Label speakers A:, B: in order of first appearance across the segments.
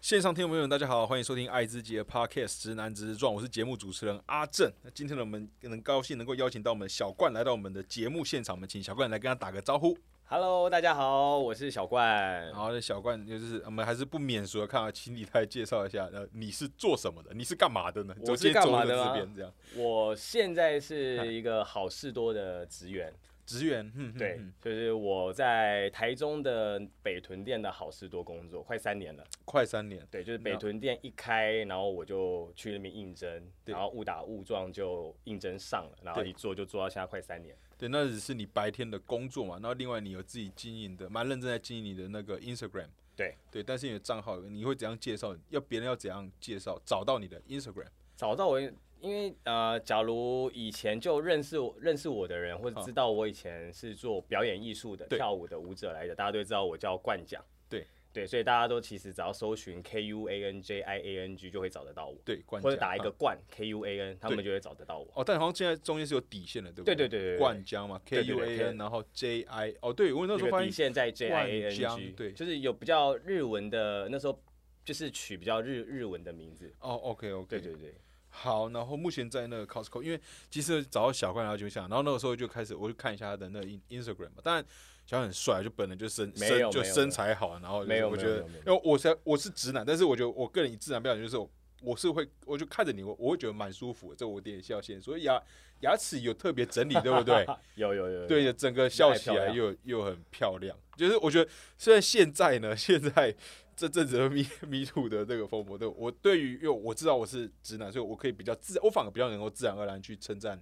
A: 线上听众朋友们，大家好，欢迎收听《爱之杰》Podcast《直男直撞》，我是节目主持人阿正。那今天呢，我们很高兴能够邀请到我们小冠来到我们的节目现场，我们请小冠来跟他打个招呼。
B: Hello，大家好，我是小冠
A: 然。后呢，小冠就是呃我们还是不免俗的看啊，请你来介绍一下，呃，你是做什么的？你是干嘛的呢？
B: 我是干嘛的
A: 走
B: 吗
A: 这边这样，
B: 我现在是一个好事多的职员，
A: 职员，嗯，嗯
B: 对
A: 嗯，
B: 就是我在台中的北屯店的好事多工作，快三年了。
A: 快三年，
B: 对，就是北屯店一开，然后我就去那边应征，
A: 对
B: 然后误打误撞就应征上了，然后
A: 对
B: 一做就做到现在快三年。
A: 对，那只是你白天的工作嘛。然后另外你有自己经营的，蛮认真在经营你的那个 Instagram，
B: 对
A: 对，但是你的账号你会怎样介绍？要别人要怎样介绍找到你的 Instagram？
B: 找到我，因为呃，假如以前就认识我认识我的人，或者
A: 嗯
B: 知道我以前是做表演艺术的、
A: 对
B: 跳舞的舞者来的，大家都知道我叫冠奖。
A: 对
B: 对，所以大家都其实只要搜寻 K U A N J I A N G 就会找得到我，
A: 对，冠
B: 或者
A: 家
B: 打一个
A: 啊
B: 冠 K U A N，他们
A: 对
B: 就会找得到我。
A: 哦，但好像现在中间是有底线的，对不对？
B: 对对对对对
A: 冠江嘛，K
B: 对对
A: U
B: 对
A: A
B: 对
A: N，然后 J I，哦，对我那时
B: 这
A: 候
B: 个
A: 发
B: 底
A: 现
B: 线在 J I A
A: 冠
B: N
A: 江
B: G，
A: 对
B: 就是有比较日文的那时候就是取比较日日文的名字。
A: 哦，OK OK，
B: 对对对，
A: 好，然后目前在那个 Costco，因为其实找到小冠然后就想，然后那个时候就开始我就看一下他的那个 In- Instagram 嘛，当然小冠很帅，啊就本人就身
B: 没有没
A: 身
B: 有
A: 就
B: 没有
A: 身材好，啊然后就是
B: 没有
A: 我
B: 没
A: 觉
B: 有
A: 得
B: 没有没，
A: 因为我是我是直男，但是我觉得我个人以自然标准就是我我是会我就看着你，我我会觉得蛮舒服的，这我点笑先，所以牙牙齿有特别整理，对不 对？
B: 有有有有
A: 对，整个笑起来
B: 啊太漂亮
A: 又又很漂亮。就是我觉得，虽然现在呢，现在这阵子的 迷迷途的这个风波，对我对于，因为我知道我是直男，所以我可以比较自，我反而比较能够自然而然去称赞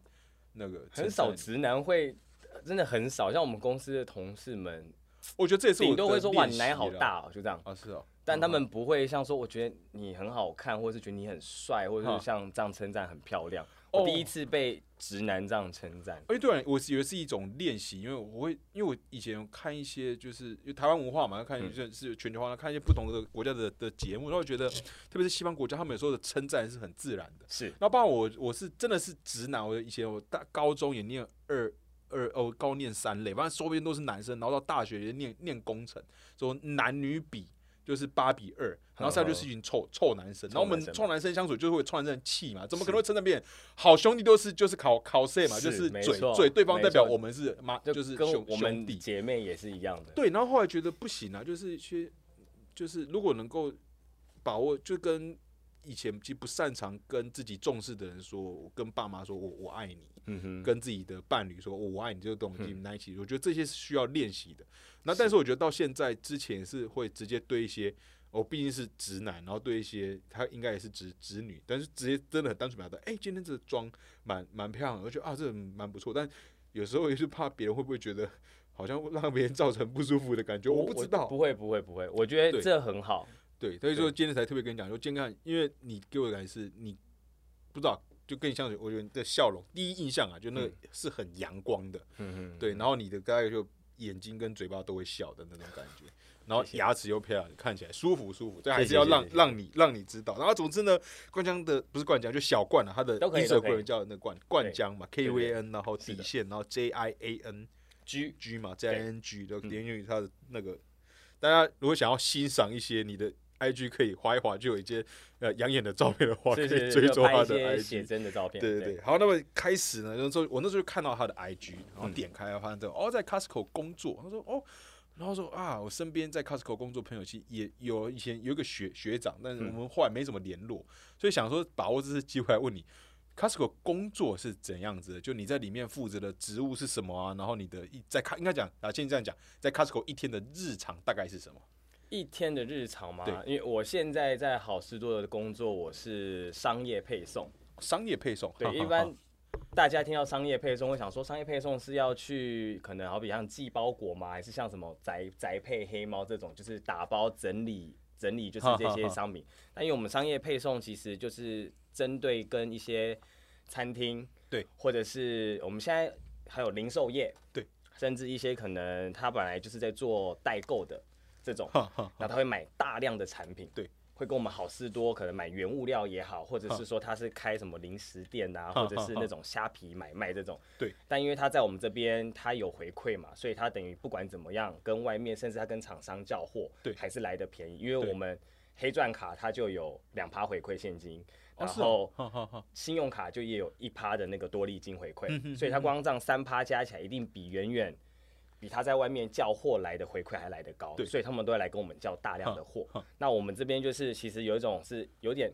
A: 那个。
B: 很少
A: 称赞
B: 直男会，呃真的很少。像我们公司的同事们，
A: 我觉得这也是我
B: 顶多会说哇你
A: 你
B: 奶好大哦，就这样。
A: 啊，是哦。
B: 但他
A: 嗯
B: 们不会像说我觉得你很好看，或者是觉得你很帅，或者
A: 哈
B: 是像这样称赞很漂亮。
A: 嗯哦
B: 我第一次被直男这样称赞，
A: 哎，对、啊，我是以为是一种练习，因为我会，因为我以前看一些就是因为台湾文化嘛，
B: 嗯
A: 看就是是全球化，看一些不同的国家的的节目，然后我觉得，特别是西方国家，他们有时候的称赞是很自然的。
B: 是
A: 那包括我，我是真的是直男。我以前我大高中也念二二哦，高念三类，反正周边都是男生，然后到大学也念念工程，说男女比就是八比二，然后再就是一群臭臭男生，然
B: 臭
A: 后我们
B: 男生
A: 臭男生相处就会串人气嘛，怎么可能会称赞别人？好兄弟都是就是考考 C 嘛，就
B: 是
A: 是
B: 没
A: 嘴
B: 错
A: 嘴，对方
B: 没
A: 代表
B: 错
A: 我们是妈就是
B: 跟
A: 兄
B: 我
A: 兄
B: 们
A: 弟，
B: 姐妹也是一样的。
A: 对，然后后来觉得不行啊，就是去，就是如果能够把握，就跟以前其实不擅长跟自己重视的人说，我跟爸妈说我我爱你，
B: 嗯哼，
A: 跟自己的伴侣说哦我我爱你这个东西，你们在一起，我觉得这些是需要练习的。那但嗯是我觉得到现在之前是会直接对一些。我、毕竟是直男，然后对一些他应该也是直直女，但是直接真的很单纯表达，哎、今天这个妆蛮蛮漂亮的，我觉得啊这蛮不错，但有时候也是怕别人会不会觉得好像让别人造成不舒服的感觉，我不知道
B: 不。会不会不会，我觉
A: 对
B: 得这很好。
A: 对，所以说今天才特别跟你讲，说健康，因为你给我的感觉是你不知道，就跟你相处，我觉得你的笑容第一印象啊，就那个是很阳光的，
B: 嗯哼，
A: 对，然后你的大概就眼睛跟嘴巴都会笑的那种感 觉，然后牙齿又漂亮，看起来舒服舒服，这还
B: 谢
A: 是
B: 谢
A: 要
B: 谢
A: 让
B: 谢
A: 让你让你知道。然后总之呢，灌浆的不是灌浆，就小灌啊，他的
B: 都可以
A: Instagram
B: 都可以
A: 叫那灌灌浆嘛，K
B: 对
A: U
B: 对
A: A N，然后
B: 是
A: 底
B: 的
A: 线，然后 J I A N
B: G
A: G 嘛，J I N G 的连于他的那个，大家如果想要欣赏一些你的。I G 可以划一划，就有一些呃养眼的照片的话，可
B: 是
A: 以
B: 是
A: 追
B: 是，就
A: 踪
B: 拍
A: 他
B: 一
A: 的 I
B: 些
A: G
B: 写。真的照片。
A: 对对对，好，那么开始呢，那时候我那时候就看到他的 IG，然后
B: 嗯
A: 点开，发现这个哦，在 Costco 工作，他说哦，然后说啊，我身边在 Costco 工作朋友其实也有以前有一个学学长，但是我
B: 嗯
A: 们后来没怎么联络，所以想说把握这次机会来问你。Costco 工作是怎样子的？就你在里面负责的职务是什么啊？然后你的一在卡应该讲啊，现在这样讲，在 Costco 一天的日常大概是什么？
B: 一天的日常嘛
A: 对，
B: 因为我现在在好事多的工作，我是商业配送。
A: 商业配送，哈
B: 对，
A: 哈
B: 一
A: 哈
B: 般大家听到商业配送，会想说商业配送是要去可能好比像寄包裹吗？还是像什么宅宅配黑猫这种，就是打包整理整理就是这些商 品。那因为我们商业配送其实就是针对跟一些餐厅，
A: 对，
B: 或者是我们现在还有零售业，
A: 对，
B: 甚至一些可能他本来就是在做代购的这种，
A: 哈哈
B: 那他会买大量的产品，
A: 对，
B: 会跟我们好事多可能买原物料也好，或者
A: 哈
B: 是说他是开什么零食店啊，
A: 哈
B: 或者是
A: 哈
B: 那种虾皮买卖这种，
A: 对。
B: 但因为他在我们这边他有回馈嘛，所以他等于不管怎么样跟外面，甚至他跟厂商叫货，
A: 对
B: 还是来的便宜，因为我们黑钻卡它就有两趴回馈现金，
A: 哦
B: 然
A: 是
B: 后
A: 哈哈哈，
B: 信用卡就也有一趴的那个多利金回
A: 嗯哼
B: 馈，所以它光这样三趴加起来，一定比远远比他在外面叫货来的回馈还来得高
A: 对，
B: 所以他们都会来跟我们叫大量的货。那我们这边就是其实有一种是有点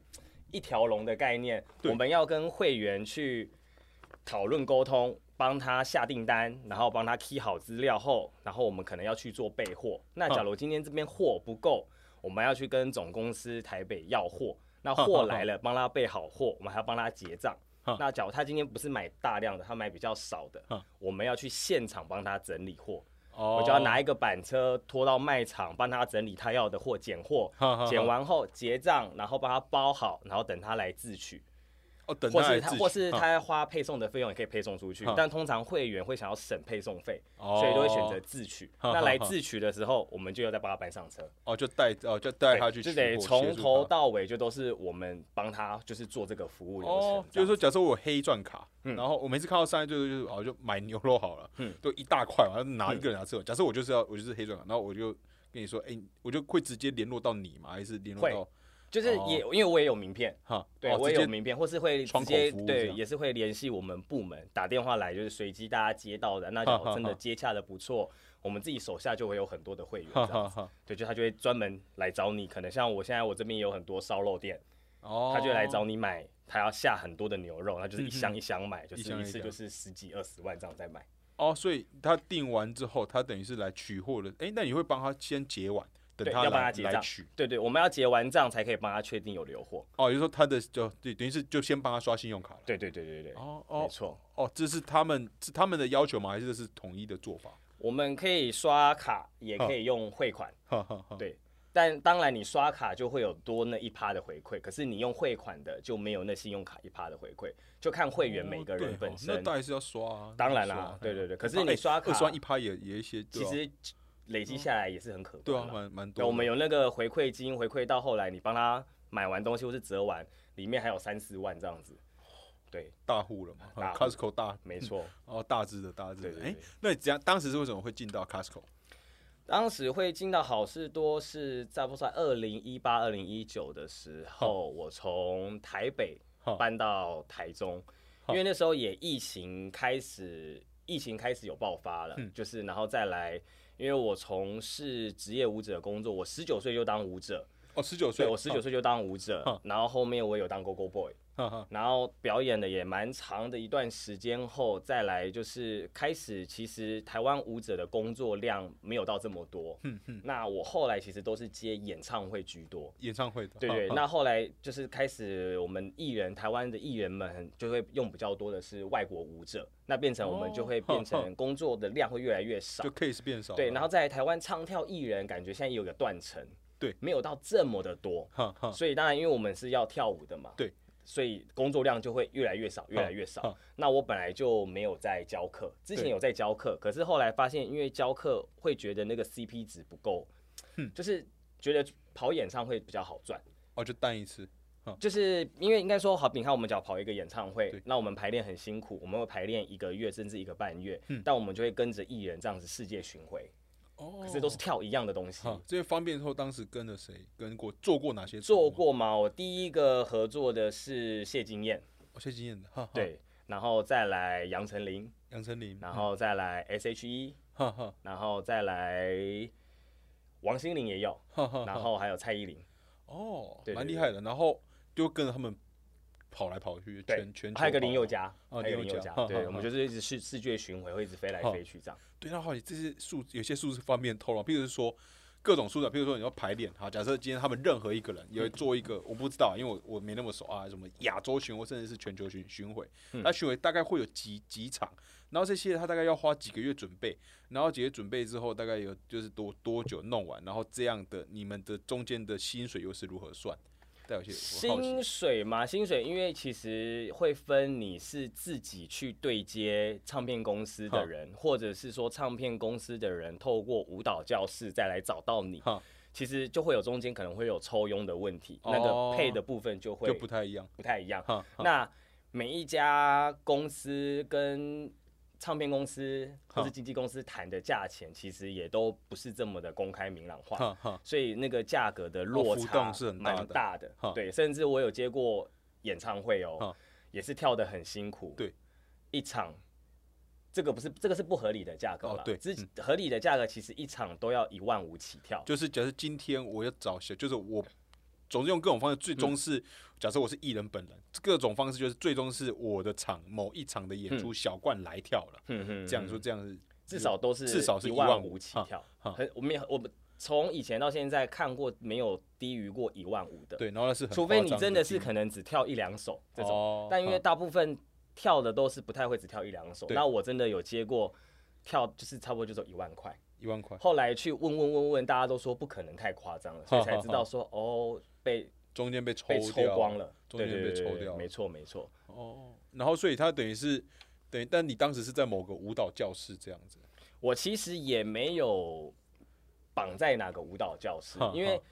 B: 一条龙的概念，
A: 对
B: 我们要跟会员去讨论沟通。帮他下订单，然后帮他 key 好资料后，然后我们可能要去做备货。
A: 嗯
B: 那假如今天这边货不够，我们要去跟总公司台北要货。那
A: 嗯
B: 货来了，帮他备好货，我们还要帮他结账
A: 哼。
B: 那假如他今天不是买大量的，他买比较少的
A: 哼，
B: 我们要去现场帮他整理货。
A: 嗯哦，
B: 我就要拿一个板车拖到卖场，帮他整理他要的货，拣货
A: 哈 哈哈，
B: 拣完后结账，然后帮他包好，然后等他来自取，
A: 哦，等
B: 或
A: 来
B: 是他
A: 自
B: 或
A: 取
B: 是
A: 哈
B: 他花配送的费用也可以配送出去
A: 哈，
B: 但通常会员会想要省配送费，
A: 哦嗯
B: 所以都会选择自取。
A: 哈哈哈
B: 那来自取的时候，我们就要再帮他搬上车。
A: 哦，就带哦，就带他去
B: 对就
A: 取
B: 得
A: 货
B: 从
A: 协助
B: 头
A: 他
B: 到尾就都是我们帮他就是做这个服务流程，
A: 哦，就
B: 这
A: 是
B: 样
A: 说，假设我有黑钻卡，
B: 嗯
A: 然后我每次看到三一就是就是哦，就买牛肉好了，
B: 嗯
A: 就一大块嘛，然后拿一个人拿吃完。假设我就是要我就是黑钻卡，然后我就跟你说，哎、我就会直接联络到你嘛，还是联络
B: 会
A: 到
B: 就是也因为我也有名片，
A: 哈？
B: 对、
A: 哦、
B: 我也
A: 直接
B: 有名片，或是会
A: 窗
B: 直
A: 口
B: 接
A: 服务这
B: 对
A: 样
B: 也是会联系我们部门打电话来，就是随机大家接到的， 那假如真的接洽的不错，我们自己手下就会有很多的会员这
A: 哈
B: 样
A: 哈
B: 子，
A: 哈，
B: 对，就他就会专门来找你，可能像我现在我这边也有很多烧肉店，
A: 哦，嗯
B: 他就来找你买。他要下很多的牛肉，那就是一箱一箱买，就
A: 一
B: 是
A: 箱一
B: 一次
A: 箱
B: 就是十几二十万这样在买。
A: 哦，所以他订完之后，他等于是来取货的。哎、那你会帮他先结完，等
B: 对
A: 他
B: 要帮
A: 来
B: 他结
A: 来
B: 账
A: 取。
B: 对对，我们要结完账才可以帮他确定有留货。
A: 哦，也就是说他的就对，等于是就先帮他刷信用卡了。
B: 对对对对对，
A: 哦
B: 没
A: 哦
B: 错，
A: 哦，这是他们是他们的要求吗？还是这是统一的做法？
B: 我们可以刷卡，也
A: 哦
B: 可以用汇款，
A: 哈哈哈。
B: 对。但当然，你刷卡就会有多那一趴的回馈，可是你用汇款的就没有那信用卡一趴的回馈，就看会员每个人本
A: 哦对哦
B: 身。
A: 那当然是要刷啊。
B: 当然
A: 要
B: 啦
A: 刷啊
B: 对对对
A: 哎
B: 可是你刷卡
A: 二刷一趴也也一些，对
B: 其
A: 啊
B: 实累积下来也是很可
A: 对
B: 观
A: 啊，
B: 啦
A: 蛮蛮多
B: 对，
A: 的。
B: 我们有那个回馈金，回馈到后来你帮他买完东西或是折完，里面还有三四万这样子。对，
A: 大户了嘛
B: 大户
A: ，Costco 大
B: 没错。
A: 哦，大只的大只
B: 对
A: 的。
B: 对
A: 哎
B: 对，
A: 那你怎样？当时是为什么会进到 Costco？
B: 当时会进到好事多是在不在二零一八、二零一九的时候，我从台北
A: 好
B: 搬到台中，
A: 好
B: 因为那时候也疫情开始，疫情开始有爆发了，
A: 嗯
B: 就是然后再来，因为我从事职业舞者工作，我十九岁就当舞者，
A: 哦，十九岁，
B: 对我十九岁就当舞者
A: 好，
B: 然后后面我有当 Go Go Boy，
A: 哈，哈哈
B: 然后表演的也蛮长的一段时间后，再来就是开始，其实台湾舞者的工作量没有到这么多。嗯嗯。那我后来其实都是接演唱会居多。
A: 演唱会的。
B: 对对，
A: 哈
B: 那后来就是开始我们艺人，台湾的艺人们就会用比较多的是外国舞者，那变成我们就会
A: 哦
B: 变
A: 哼
B: 成工作的量会越来越少
A: 就。case 哦变少了。
B: 对，然后在台湾唱跳艺人感觉现在也有个断层，
A: 对
B: 没有到这么的多。
A: 哈哈，
B: 所以当然，因为我们是要跳舞的嘛，
A: 嗯对，嗯
B: 所以工作量就会越来越少，越来越
A: 好
B: 少。那我本来就没有在教课，之前
A: 对
B: 有在教课，可是后来发现，因为教课会觉得那个 CP 值不够，
A: 嗯
B: 就是觉得跑演唱会比较好赚。
A: 哦，就单一次。
B: 就是因为应该说，好比你看，我们只要跑一个演唱会
A: 对，
B: 那我们排练很辛苦，我们会排练一个月甚至一个半月，
A: 嗯
B: 但我们就会跟着艺人这样子世界巡回，
A: 哦，
B: 可是都是跳一样的东西。
A: 哈，这些方便后，当时跟了谁？跟过做过哪些？
B: 做，过吗？我第一个合作的是谢金燕，
A: 哦，谢经验的。哈，哈，
B: 对，然后再来杨丞琳，
A: 杨丞琳。
B: 然后再来 S.H.E，
A: 哈哈
B: 然后再来王心凌也有，
A: 哈哈，
B: 然后还有蔡依林，
A: 哦，
B: 对对
A: 蛮厉
B: 对
A: 害的。然后就跟着他们跑来跑去，
B: 对
A: 全全，球
B: 还有一个
A: 跑
B: 林宥嘉，
A: 哦
B: 还有
A: 林
B: 林
A: 宥
B: 宥
A: 嘉嗯
B: 嘉
A: 哈，哈
B: 对，
A: 哈
B: 我们就是一直世世界巡回，会一直飞来
A: 哈
B: 飞去这样。
A: 对，那好奇这些数有些数是方便透露，譬如说各种数字，譬如说你要排练，好，假设今天他们任何一个人有做一个，我不知道，因为我我没那么熟啊，什么亚洲巡回甚至是全球巡巡回，
B: 嗯
A: 那巡回大概会有几几场，然后这些他大概要花几个月准备，然后几个月准备之后大概有就是多多久弄完，然后这样的你们的中间的薪水又是如何算？带有些我好奇
B: 薪水嘛，薪水因为其实会分你是自己去对接唱片公司
A: 哈
B: 的人，或者是说唱片公司的人透过舞蹈教室再来找到你
A: 哈，
B: 其实就会有中间可能会有抽佣的问题，
A: 哦
B: 那个配的部分就会
A: 就不太一样，
B: 不太一样。
A: 哈，哈
B: 那每一家公司跟唱片公司
A: 哈
B: 或是经纪公司谈的价钱，其实也都不是这么的公开明朗化，
A: 哈哈，
B: 所以那个价格的落
A: 哦浮
B: 差
A: 动是很大的
B: 蛮大的
A: 哈。
B: 对，甚至我有接过演唱会哦
A: 哈，
B: 也是跳的很辛苦，
A: 对，
B: 一场。这个不是，这个是不合理的价格
A: 哦
B: 啦
A: 对
B: 之合理的价格其实一场都要一万五起跳，
A: 就是假设今天我要找些，就是我总是用各种方式，最
B: 嗯
A: 终是、假设我是艺人本人，各种方式就是最终是我的场某一场的演出小冠来跳了，
B: 嗯哼
A: 这样
B: 嗯
A: 说这样是
B: 至少都是
A: 至少是
B: 一
A: 15,000
B: 五起
A: 哈
B: 跳，
A: 哈
B: 很我们也我们从以前到现在看过没有低于过一万五的，
A: 对，然后那是很
B: 除非
A: 夸
B: 你
A: 张
B: 真的是
A: 金额
B: 可能只跳一两首这种，
A: 哦
B: 但因为
A: 哈
B: 大部分跳的都是不太会只跳一两首，
A: 对
B: 那我真的有接过跳就是差不多就是一万块，
A: 一万块，
B: 后来去问问问问，大家都说不可能太夸张了，所以
A: 哈哈
B: 才 知道说哦被
A: 中间被抽
B: 被抽
A: 掉
B: 光了，
A: 中
B: 对
A: 间
B: 对
A: 被
B: 对
A: 抽
B: 对
A: 掉了
B: 没错没错，
A: 哦，然后所以他等于是等于，但你当时是在某个舞蹈教室这样子，
B: 我其实也没有绑在哪个舞蹈教室
A: 哈，
B: 因为
A: 哈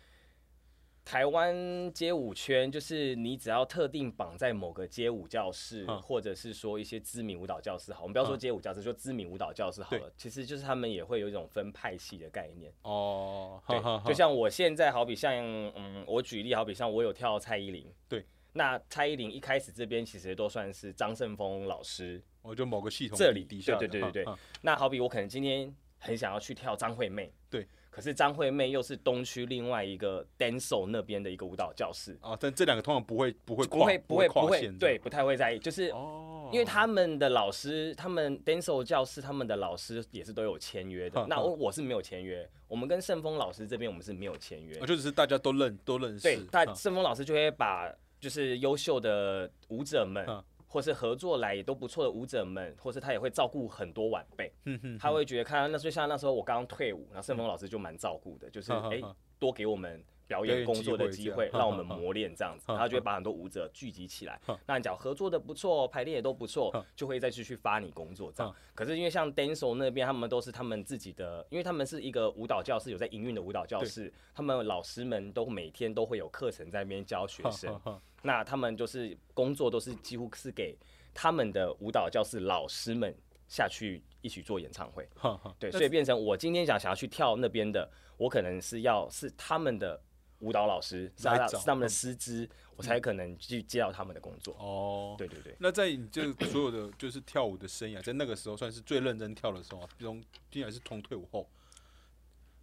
B: 台湾街舞圈就是你只要特定绑在某个街舞教室，
A: 哈
B: 或者是说一些知名舞蹈教室好，我们不要说
A: 哈
B: 街舞教室，说知名舞蹈教室好了。其实就是他们也会有一种分派系的概念，
A: 哦，
B: 对
A: 哈哈，哈
B: 就像我现在好比像嗯，我举例好比像我有跳蔡依林，
A: 对。
B: 那蔡依林一开始这边其实都算是张胜峰老师，
A: 我就某个系统
B: 这里
A: 底下的，
B: 对对对对
A: 哈
B: 对
A: 哈
B: 那好比我可能今天很想要去跳张惠妹，
A: 对，
B: 可是张惠妹又是东区另外一个 dancehall 那边的一个舞蹈教室，
A: 啊，但这两个通常不会不会
B: 不
A: 跨
B: 会不会
A: 跨
B: 不会
A: 线，的
B: 对，不太会在意，就是
A: 哦，
B: 因为他们的老师，他们 dancehall 教室他们的老师也是都有签约
A: 哼
B: 的，那
A: 哼
B: 我我是没有签约，我们跟盛峰老师这边我们是没有签约
A: 啊，，就只是大家都认都认识，
B: 对，那
A: 哈
B: 盛峰老师就会把就是优秀的舞者们
A: 嗯。
B: 或是合作来也都不错的舞者们，或是他也会照顾很多晚辈，他会觉得看到那就像那时候我刚刚退伍，然后盛峰老师就蛮照顾的，就是
A: 嗯
B: 哎、
A: 嗯嗯
B: 多给我们表
A: 表
B: 演
A: 演
B: 工作的
A: 机
B: 机
A: 会
B: 会，
A: 这样
B: 让我们磨练这样子，
A: 嗯嗯
B: 他就会把很多舞者聚集起来
A: 嗯。
B: 那你讲合作的不错，排练也都不错
A: 嗯，
B: 就会再去去发你工作这样
A: 嗯。
B: 可是因为像 d a n c e 那边，他们都是他们自己的，因为他们是一个舞蹈教室，有在营运的舞蹈教室，他们老师们都每天都会有课程在那边教学
A: 哈
B: 生
A: 哈。哈
B: 那他们就是工作都是几乎是给他们的舞蹈教室老师们下去一起做演唱会。
A: 哈哈，
B: 对，
A: 那
B: 所以变成我今天想想要去跳那边的，我可能是要是他们的舞蹈老师，是
A: 来
B: 他
A: 找嗯
B: 是他们的师资，我才可能去接到他们的工作。
A: 哦，
B: 对对对，
A: 那在你这个所有的就是跳舞的生涯，在那个时候算是最认真跳的时候啊，从竟然是从退伍后，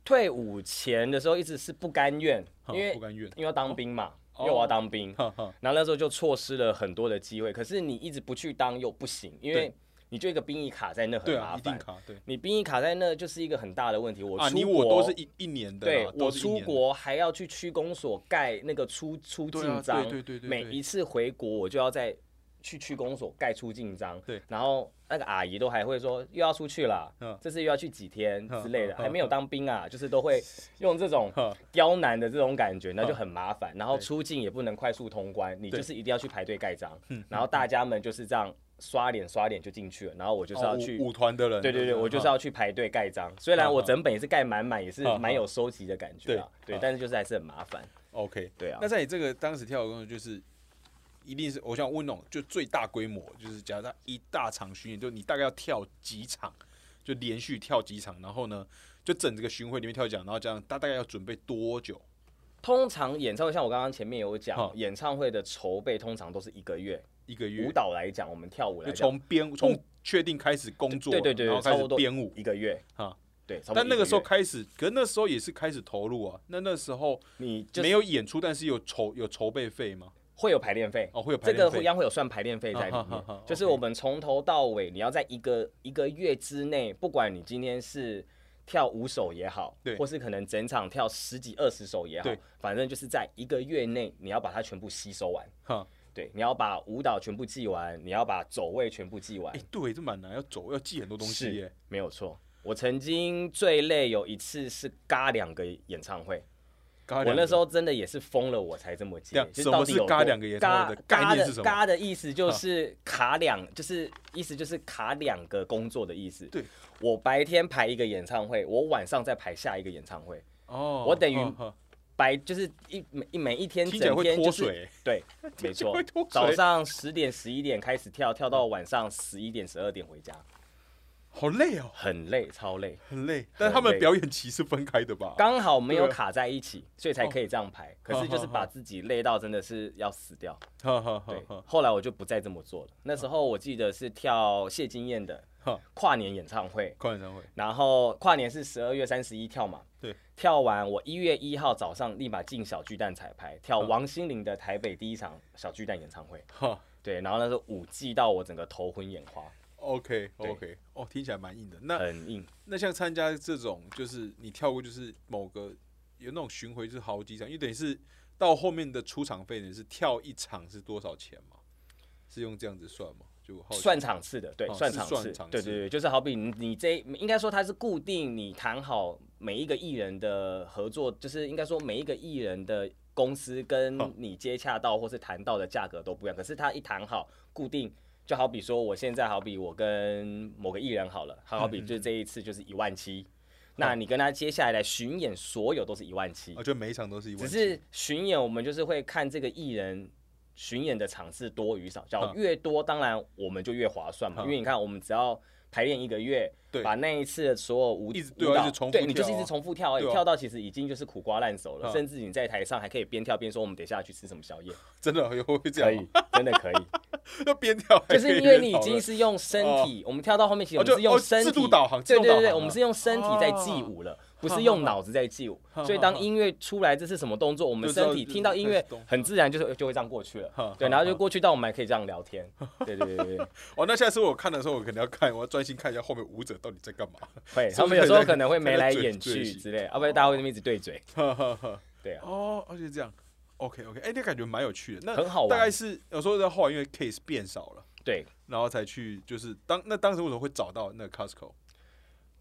B: 退伍前的时候一直是不甘 愿，
A: 哈
B: 因为
A: 不甘愿，哦
B: 因为要当兵嘛，因为我要当兵，
A: 哈哈，
B: 然后那时候就错失了很多的机会。可是你一直不去当又不行，因为
A: 对
B: 你就一个兵役卡在那很
A: 对
B: 麻
A: 啊，一定
B: 烦。
A: 卡，对
B: 你兵役卡在那就是一个很大的问题。我
A: 啊，
B: 出
A: 你我都
B: 国
A: 是一一年的
B: 对
A: 啦，
B: 我
A: 都是一
B: 出
A: 年的
B: 国还要去区公所盖那个出出
A: 对啊
B: 境章，
A: 对对对对
B: 每
A: 对
B: 一次回国我就要再去区公所盖出境章，
A: 对
B: 然后那个阿姨都还会说又要出去啦，
A: 嗯
B: 这次又要去几天
A: 嗯
B: 之类的，
A: 嗯
B: 还没有当兵啊，就是都会用这种
A: 嗯
B: 刁难的这种感觉，那就很麻烦，然后
A: 对
B: 出境也不能快速通关，你
A: 对嗯
B: 就是一定要去排队盖章，然后大家们就是这样刷脸刷脸就进去了，然后我就是
A: 哦
B: 要
A: 舞
B: 去
A: 舞团的人，
B: 对对对，我就是
A: 哈
B: 要去排队盖章。虽然我整本也是盖满满，也是
A: 嗯
B: 蛮有收集的感觉啦，
A: 对
B: 对，但是就是还是很麻烦。
A: OK，
B: 对啊
A: 那在你这个当时跳的工作，就是一定是我想问那种就最大规模，就是假如他一大场巡演，就你大概要跳几场，就连续跳几场，然后呢，就整这个巡回里面跳几场，然后这样大大概要准备多久？
B: 通常演唱会像我刚刚前面有
A: 嗯
B: 讲，演唱会的筹备通常都是一个月。
A: 一个月？
B: 舞蹈来讲，我们跳舞来
A: 就
B: 讲，
A: 从编从确定开始工作，
B: 对对对，
A: 然
B: 对
A: 后开
B: 差
A: 始
B: 不多
A: 编舞
B: 一个月。
A: 啊。
B: 对，差不多
A: 但
B: 一
A: 那个时候
B: 月
A: 开始，可是那时候也是开始投入啊。那那时候
B: 你就
A: 没
B: 是
A: 有演出，但是有筹有筹备费吗？
B: 会有排练费
A: 哦会有排
B: 这
A: 练费
B: 个会一样会有算排练费在里
A: 啊哈哈哈
B: 面，就是
A: OK
B: 我们从头到尾，你要在一个一个月之内，不管你今天是跳五首也好
A: 对，
B: 或是可能整场跳十几二十首也好
A: 对，
B: 反正就是在一个月内，你要把它全部吸收完。
A: 哈，
B: 对，你要把舞蹈全部记完，你要把走位全部记完
A: 哎、，对，这蛮难，要走要记很多东西
B: 是
A: 耶。
B: 没有错。我曾经最累有一次是嘎两个演唱会，
A: 我
B: 我那时候真的也是疯了，我才这么
A: 这
B: 接
A: 样。
B: 就
A: 啊什
B: 到
A: 么
B: 底
A: 是
B: 有
A: 嘎
B: 多
A: 两个演唱会的概
B: 嘎
A: 念是什么
B: 的嘎的意思就是卡两，就是意思就是卡两个工作的意思。
A: 对，
B: 我白天排一个演唱会，我晚上再排下一个演唱会，
A: 哦，
B: 我等于
A: 哈哈
B: 白就是一每一每一天
A: 听起来
B: 整
A: 会
B: 天
A: 脱
B: 就是
A: 水，
B: 对，没
A: 起来
B: 错
A: 会脱水。
B: 早上十点、十一点开始跳，跳到晚上十一点、十二点回家。
A: 好累哦，
B: 很累，超累，
A: 很累。但他们表演期是分开的吧？
B: 刚好没有卡在一起，所以
A: 哦
B: 才可以这样排。可是就是把自己累到真的是要死掉。
A: 哈哈哈
B: 对
A: 哈，
B: 后来我就不再这么做了。那时候我记得是跳谢金燕的
A: 哈
B: 跨年演唱会，
A: 跨演唱会，
B: 然后跨年是十二月三十一跳嘛，
A: 对，
B: 跳完我一月一号早上立马进小巨蛋彩排，跳王心凌的台北第一场小巨蛋演唱会，
A: 哈
B: 对，然后那时候舞技到我整个头昏眼花，
A: ，OK
B: 对
A: OK，哦，听起来蛮硬的。那
B: 很硬。
A: 那像参加这种，就是你跳过就是某个有那种巡回，就是好几场，因为等于是到后面的出场费呢是跳一场是多少钱嘛？是用这样子算吗？就我好奇
B: 算场次的，对，
A: 哦
B: 算
A: 是
B: 场
A: 算
B: 次，
A: 场
B: 对
A: 次
B: 对对，就是好比你你这应该说它是固定，你谈好每一个艺人的合作，就是应该说每一个艺人的公司跟
A: 哦
B: 你接洽到或是谈到的价格都不一样，可是他一谈好固定。就好比说，我现在好比我跟某个艺人好了，
A: 嗯
B: 好好比就这一次就是一万七、
A: 哦
B: 那你跟他接下来的巡演所有都是一万七、
A: 啊，就每一场都是一万
B: 只
A: 七，
B: 是巡演，我们就是会看这个艺人巡演的场次多与少，叫
A: 嗯
B: 越多，当然我们就越划算嘛。
A: 嗯
B: 因为你看，我们只要排练一个月
A: 对，
B: 把那一次的所有舞
A: 一直
B: 舞
A: 对啊
B: 蹈
A: 一直重复
B: 对你就是
A: 跳
B: 一
A: 啊
B: 直重复跳而已，哎
A: 对啊
B: 跳到其实已经就是苦瓜烂熟了，
A: 嗯
B: 甚至你在台上还可以边跳边说我们等一下去吃什么宵夜，
A: 真的有会这
B: 可
A: 样
B: 以
A: 吗，
B: 真的可以，
A: 要边跳还
B: 就是
A: 可以
B: 因为
A: 边
B: 你已
A: 讨
B: 经
A: 论
B: 是用身体，我们跳到后面其实
A: 哦
B: 我们
A: 就是
B: 用
A: 哦
B: 身体
A: 自动导航自
B: 对
A: 动
B: 对
A: 导
B: 对，
A: 航
B: 我们
A: 了哦
B: 是用身体在记 舞了，不是用脑子在记舞。所以当音乐出来这是什么动作，我们
A: 就知道
B: 身体听到音
A: 开
B: 乐
A: 始动
B: 很自然就是就会这样过去
A: 哈
B: 了，对，
A: 哈
B: 然后就
A: 哈
B: 过去到我们还可以这样聊天，对对对对对，
A: 哦，那下次我看的时候，我可能要看，我要专心看一下后面舞者到底在干嘛。
B: 会
A: 是
B: 他
A: 不
B: 们
A: 是
B: 有时候
A: 在
B: 可能会
A: 在
B: 眉
A: 那
B: 来
A: 嘴
B: 眼
A: 嘴
B: 去
A: 型
B: 之类，啊要不然大家会那么一直对嘴，
A: 哈哈哈
B: 对啊，
A: 哦，而且这样，OK OK，哎、那感觉蛮有趣的。那
B: 很好
A: 大概
B: 玩，
A: 是有时候在后来因为 case 变少了，
B: 对。
A: 然后才去就是当那当时为什么会找到那个 Costco？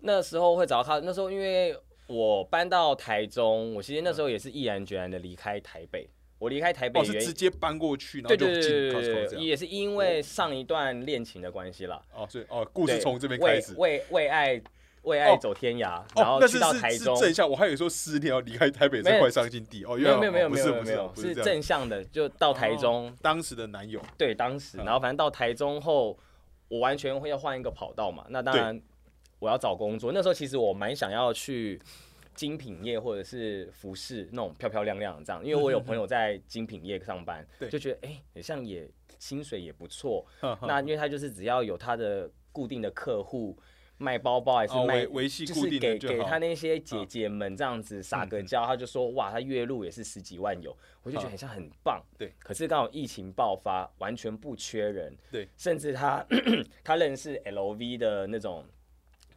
B: 那时候会找到他，那时候因为我搬到台中，我其实那时候也是毅然决然的离开台北，我离开台北
A: 哦，
B: 的原
A: 是直
B: 因
A: 接搬过去，然后
B: 对
A: 就
B: 对
A: 进
B: 对对
A: Costco
B: 对
A: 这
B: 对，
A: 样。
B: 也是因为上一段恋情的关系啦。
A: 哦，所以哦，故
B: 对
A: 事从这边开始。
B: 为为为爱为爱
A: 哦
B: 走天涯，然
A: 哦，
B: 后
A: 那
B: 去
A: 是
B: 到
A: 是
B: 台
A: 是
B: 中。
A: 正向，我还以为说失恋要离开台北
B: 没
A: 是
B: 有
A: 快上境地哦，
B: 没
A: 原来
B: 有没有没有
A: 不
B: 没
A: 是
B: 有
A: 不
B: 没
A: 是
B: 有，
A: 不是这样
B: 正向的，就到台中。
A: 当时的男友
B: 对，当时，
A: 嗯
B: 然后反正到台中后，我完全会要换一个跑道嘛。那当然，我要找工作。那时候其实我蛮想要去精品业或者是服饰那种漂漂亮亮的这样，因为我有朋友在精品业上班，
A: 嗯对
B: 就觉得哎，诶好像也薪水也不错。
A: 哈哈
B: 那因为他就是只要有他的固定的客户。卖包包还是
A: 哦
B: 卖、
A: 维维系
B: 就
A: 固
B: 是
A: 定的
B: 给
A: 就
B: 给
A: 好嗯
B: 他那些姐姐们这样子撒个娇，他就说哇，他月入也是十几万有，我就觉得很像很棒。
A: 对，
B: 可是刚好疫情爆发，完全不缺人。
A: 对，
B: 甚至他 他认识 LV 的那种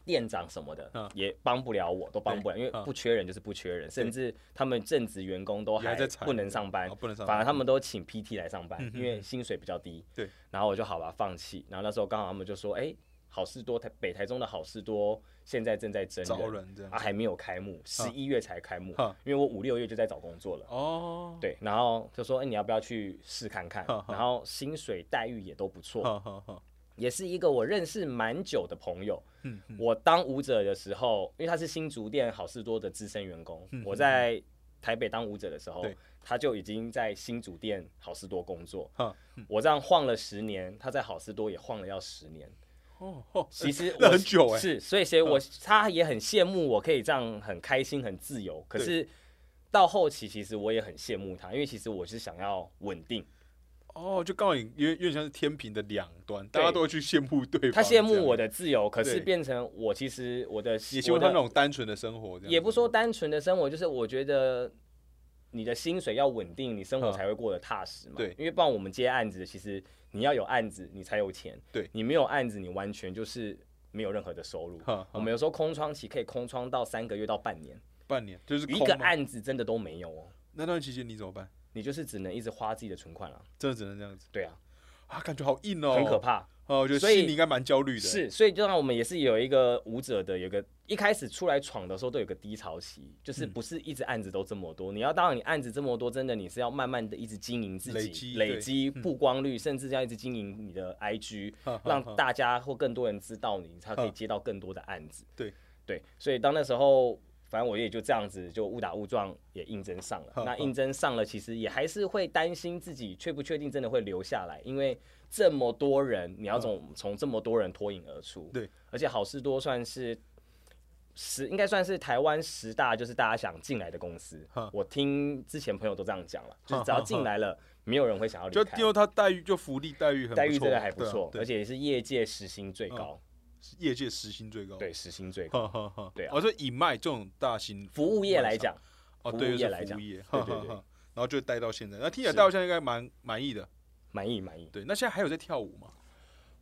B: 店长什么的，
A: 嗯
B: 也帮不了我，都帮不了，因为
A: 嗯
B: 不缺人就是不缺人，甚至他们正职员工都
A: 也还
B: 还
A: 在裁
B: 不能上班
A: 哦，不能上
B: 反而
A: 班
B: 他们都请 PT 来上班
A: 嗯，哼
B: 因为薪水比较低。
A: 对，
B: 然后我就好吧放弃，然后那时候刚好他们就说，哎，好事多台北台中的好事多现在正在征
A: 招
B: 人。
A: 人这样
B: 啊，还没有开幕，十一月才开幕
A: 嗯，
B: 因为我五六月就在找工作了。
A: 哦，
B: 对，然后就说，哎、你要不要去试看看
A: 哈？哈
B: 然后薪水待遇也都不错，
A: 哈哈哈，
B: 也是一个我认识蛮久的朋友。
A: 嗯嗯
B: 我当舞者的时候，因为他是新竹店好事多的资深员工，我在台北当舞者的时候
A: 嗯对，
B: 他就已经在新竹店好事多工作。
A: 哈，
B: 我这样晃了十年，他在好事多也晃了要十年。
A: 哦哦，
B: 其 实
A: 那
B: 我
A: 很久哎
B: 是，所以所以我他也很羡慕我可以这样很开心很自由。可
A: 对
B: 是到后期，其实我也很羡慕他，因为其实我是想要稳定。
A: 哦，就刚好有有点像是天平的两端，大家都会去羡慕对
B: 他
A: 方。
B: 羡慕我
A: 的，
B: 的自由，可是
A: 对
B: 变成我其实我的
A: 也希望
B: 我
A: 他
B: 的
A: 那种单纯的生活这样。
B: 也不说单纯的生活，就是我觉得你的薪水要稳定，你生活
A: 嗯
B: 才会过得踏实嘛。
A: 对
B: 因为不然我们接案子，其实你要有案子，你才有钱。
A: 对
B: 你没有案子，你完全就是没有任何的收 入。
A: 哈，哈
B: 我们有时候空窗期可以空窗到三个月到半年，
A: 半年就是
B: 一
A: 空
B: 个
A: 嘛
B: 案子真的都没有哦，
A: 那段期间你怎么办？
B: 你就是只能一直花自己的存款了、
A: 真的只能这样子
B: 对啊，
A: 啊，感觉好硬哦，
B: 很可。怕。
A: 哦，我觉得
B: 所以
A: 心里应该蛮焦虑的。
B: 是，所以就让我们也是有一个舞者的，有一个一开始出来闯的时候都有个低潮期，就是
A: 嗯
B: 不是一直案子都这么多，你要当你案子这么多，真的你是要慢慢的一直经营自己，
A: 累积
B: 累积
A: 对嗯
B: 曝光率，甚至要一直经营你的 IG，
A: 哈哈
B: 让
A: 哈
B: 大家或更多人知道你，你才可以
A: 哈
B: 接到更多的案子。
A: 对
B: 对，所以当那时候反正我也就这样子，就误打误撞也应征上了。那应征上了，其实也还是会担心自己确不确定真的会留下来，因为这么多人，你要从从这么多人脱颖而出。
A: 对，
B: 而且好事多算是十，应该算是台湾十大就是大家想进来的公司
A: 哈。
B: 我听之前朋友都这样讲了，就是只要进来了，没有人会想要离
A: 就
B: 开
A: 因。为他待遇就福利待遇很不错
B: 待遇真的还不
A: 对啊
B: 错，
A: 对
B: 而且也是业界时薪最高，
A: 业界时薪最高。
B: 对，时薪最高。
A: 哈哈哈，
B: 对啊
A: 哦，所以以卖这种大型
B: 服务业来讲，
A: 哦，
B: 服
A: 对，
B: 务
A: 就
B: 业
A: 是
B: 来
A: 服
B: 讲
A: 务业，
B: 对
A: 哈
B: 对
A: 哈
B: 对
A: 哈然后就待到现在，那听起来
B: 是
A: 待到现在应该蛮满意的。
B: 满意满意，
A: 对，那现在还有在跳舞吗？